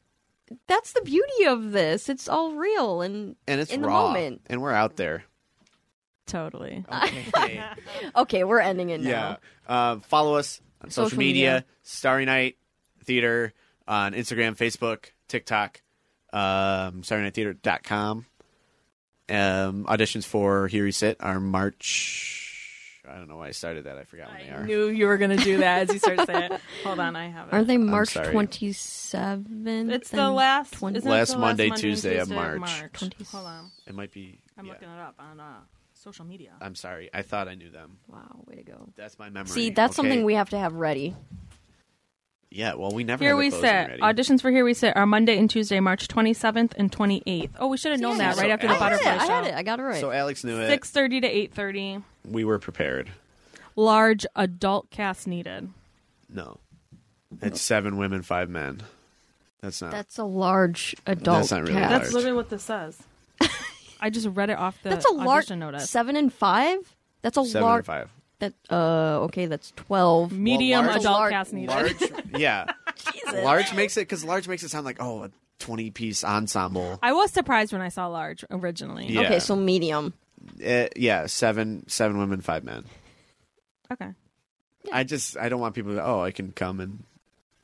S1: That's the beauty of this. It's all real and
S2: and it's
S1: in
S2: raw,
S1: the moment.
S2: and we're out there.
S3: totally.
S2: Okay.
S1: Okay, we're ending it
S2: yeah.
S1: now.
S2: Uh, follow us on social,
S1: Social
S2: media,
S1: media.
S2: Starry Night Theater uh, on Instagram, Facebook, TikTok, um, StarryNightTheater.com. Um, auditions for Here You Sit are March. I don't know why I started that. I forgot when they
S3: I
S2: are.
S3: knew you were going to do that as you started saying it. Hold on, I have it.
S1: Aren't they March
S2: sorry.
S1: twenty seventh?
S3: It's the last,
S1: twenty-
S3: isn't it
S2: Last
S3: the
S2: Monday,
S3: Monday,
S2: Tuesday of March.
S1: Twenty-
S3: Hold on,
S2: It might be.
S3: I'm
S2: yeah.
S3: looking it up on uh, social media.
S2: I'm sorry. I thought I knew them.
S1: Wow, way to go!
S2: That's my memory.
S1: See, that's
S2: okay?
S1: something we have to have ready.
S2: Yeah. Well, we never.
S3: Here
S2: have a
S3: we
S2: closing
S3: sit.
S2: ready.
S3: Auditions for Here We Sit are Monday and Tuesday, March 27th and 28th. Oh, we should have known
S1: Yeah.
S3: that right
S2: So
S3: after the
S1: I had it.
S3: butterfly
S1: I had
S3: show.
S1: it. I got it right.
S2: So uh, Alex knew it.
S3: 6:30 to 8:30.
S2: We were prepared.
S3: Large adult cast needed.
S2: No. It's seven women, five men. That's not.
S1: that's a large adult.
S2: That's not really
S1: cast.
S2: That's large. literally
S3: what this says. I just read it off the
S1: That's a large
S3: audition notice.
S1: seven and five. That's a
S2: seven
S1: large.
S2: and five.
S1: That uh okay, that's twelve.
S3: Medium
S2: large-
S3: adult
S1: large-
S3: cast needed.
S2: Large. yeah. Large makes it because large makes it sound like oh a twenty piece ensemble.
S3: I was surprised when I saw large originally.
S2: Yeah.
S1: Okay, so medium.
S2: Uh, yeah. Seven. Seven women, five men.
S3: Okay.
S2: I just I don't want people to go, oh I can come and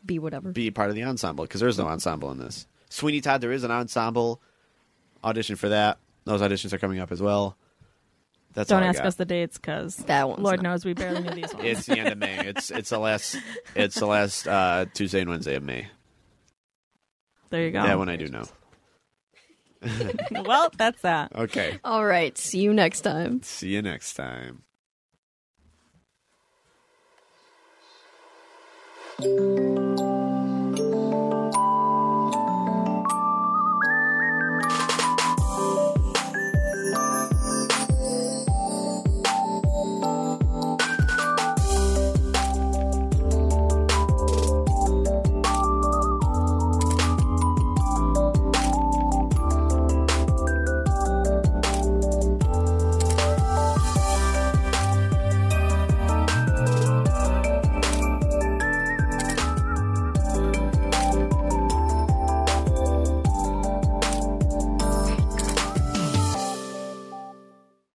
S1: Be whatever.
S2: be part of the ensemble because there's no ensemble in this. Sweeney Todd, there is an ensemble audition for that. Those auditions are coming up as well. That's
S3: Don't
S2: all I
S3: ask
S2: got.
S3: us the dates because
S1: That one's
S3: Lord
S1: not-
S3: knows we barely knew these ones.
S2: It's the end of May. It's it's the last it's the last uh, Tuesday and Wednesday of May.
S3: there you go.
S2: That one I do know.
S3: well, that's that.
S2: Okay.
S1: All right. See you next time.
S2: See you next time.
S4: Thank you.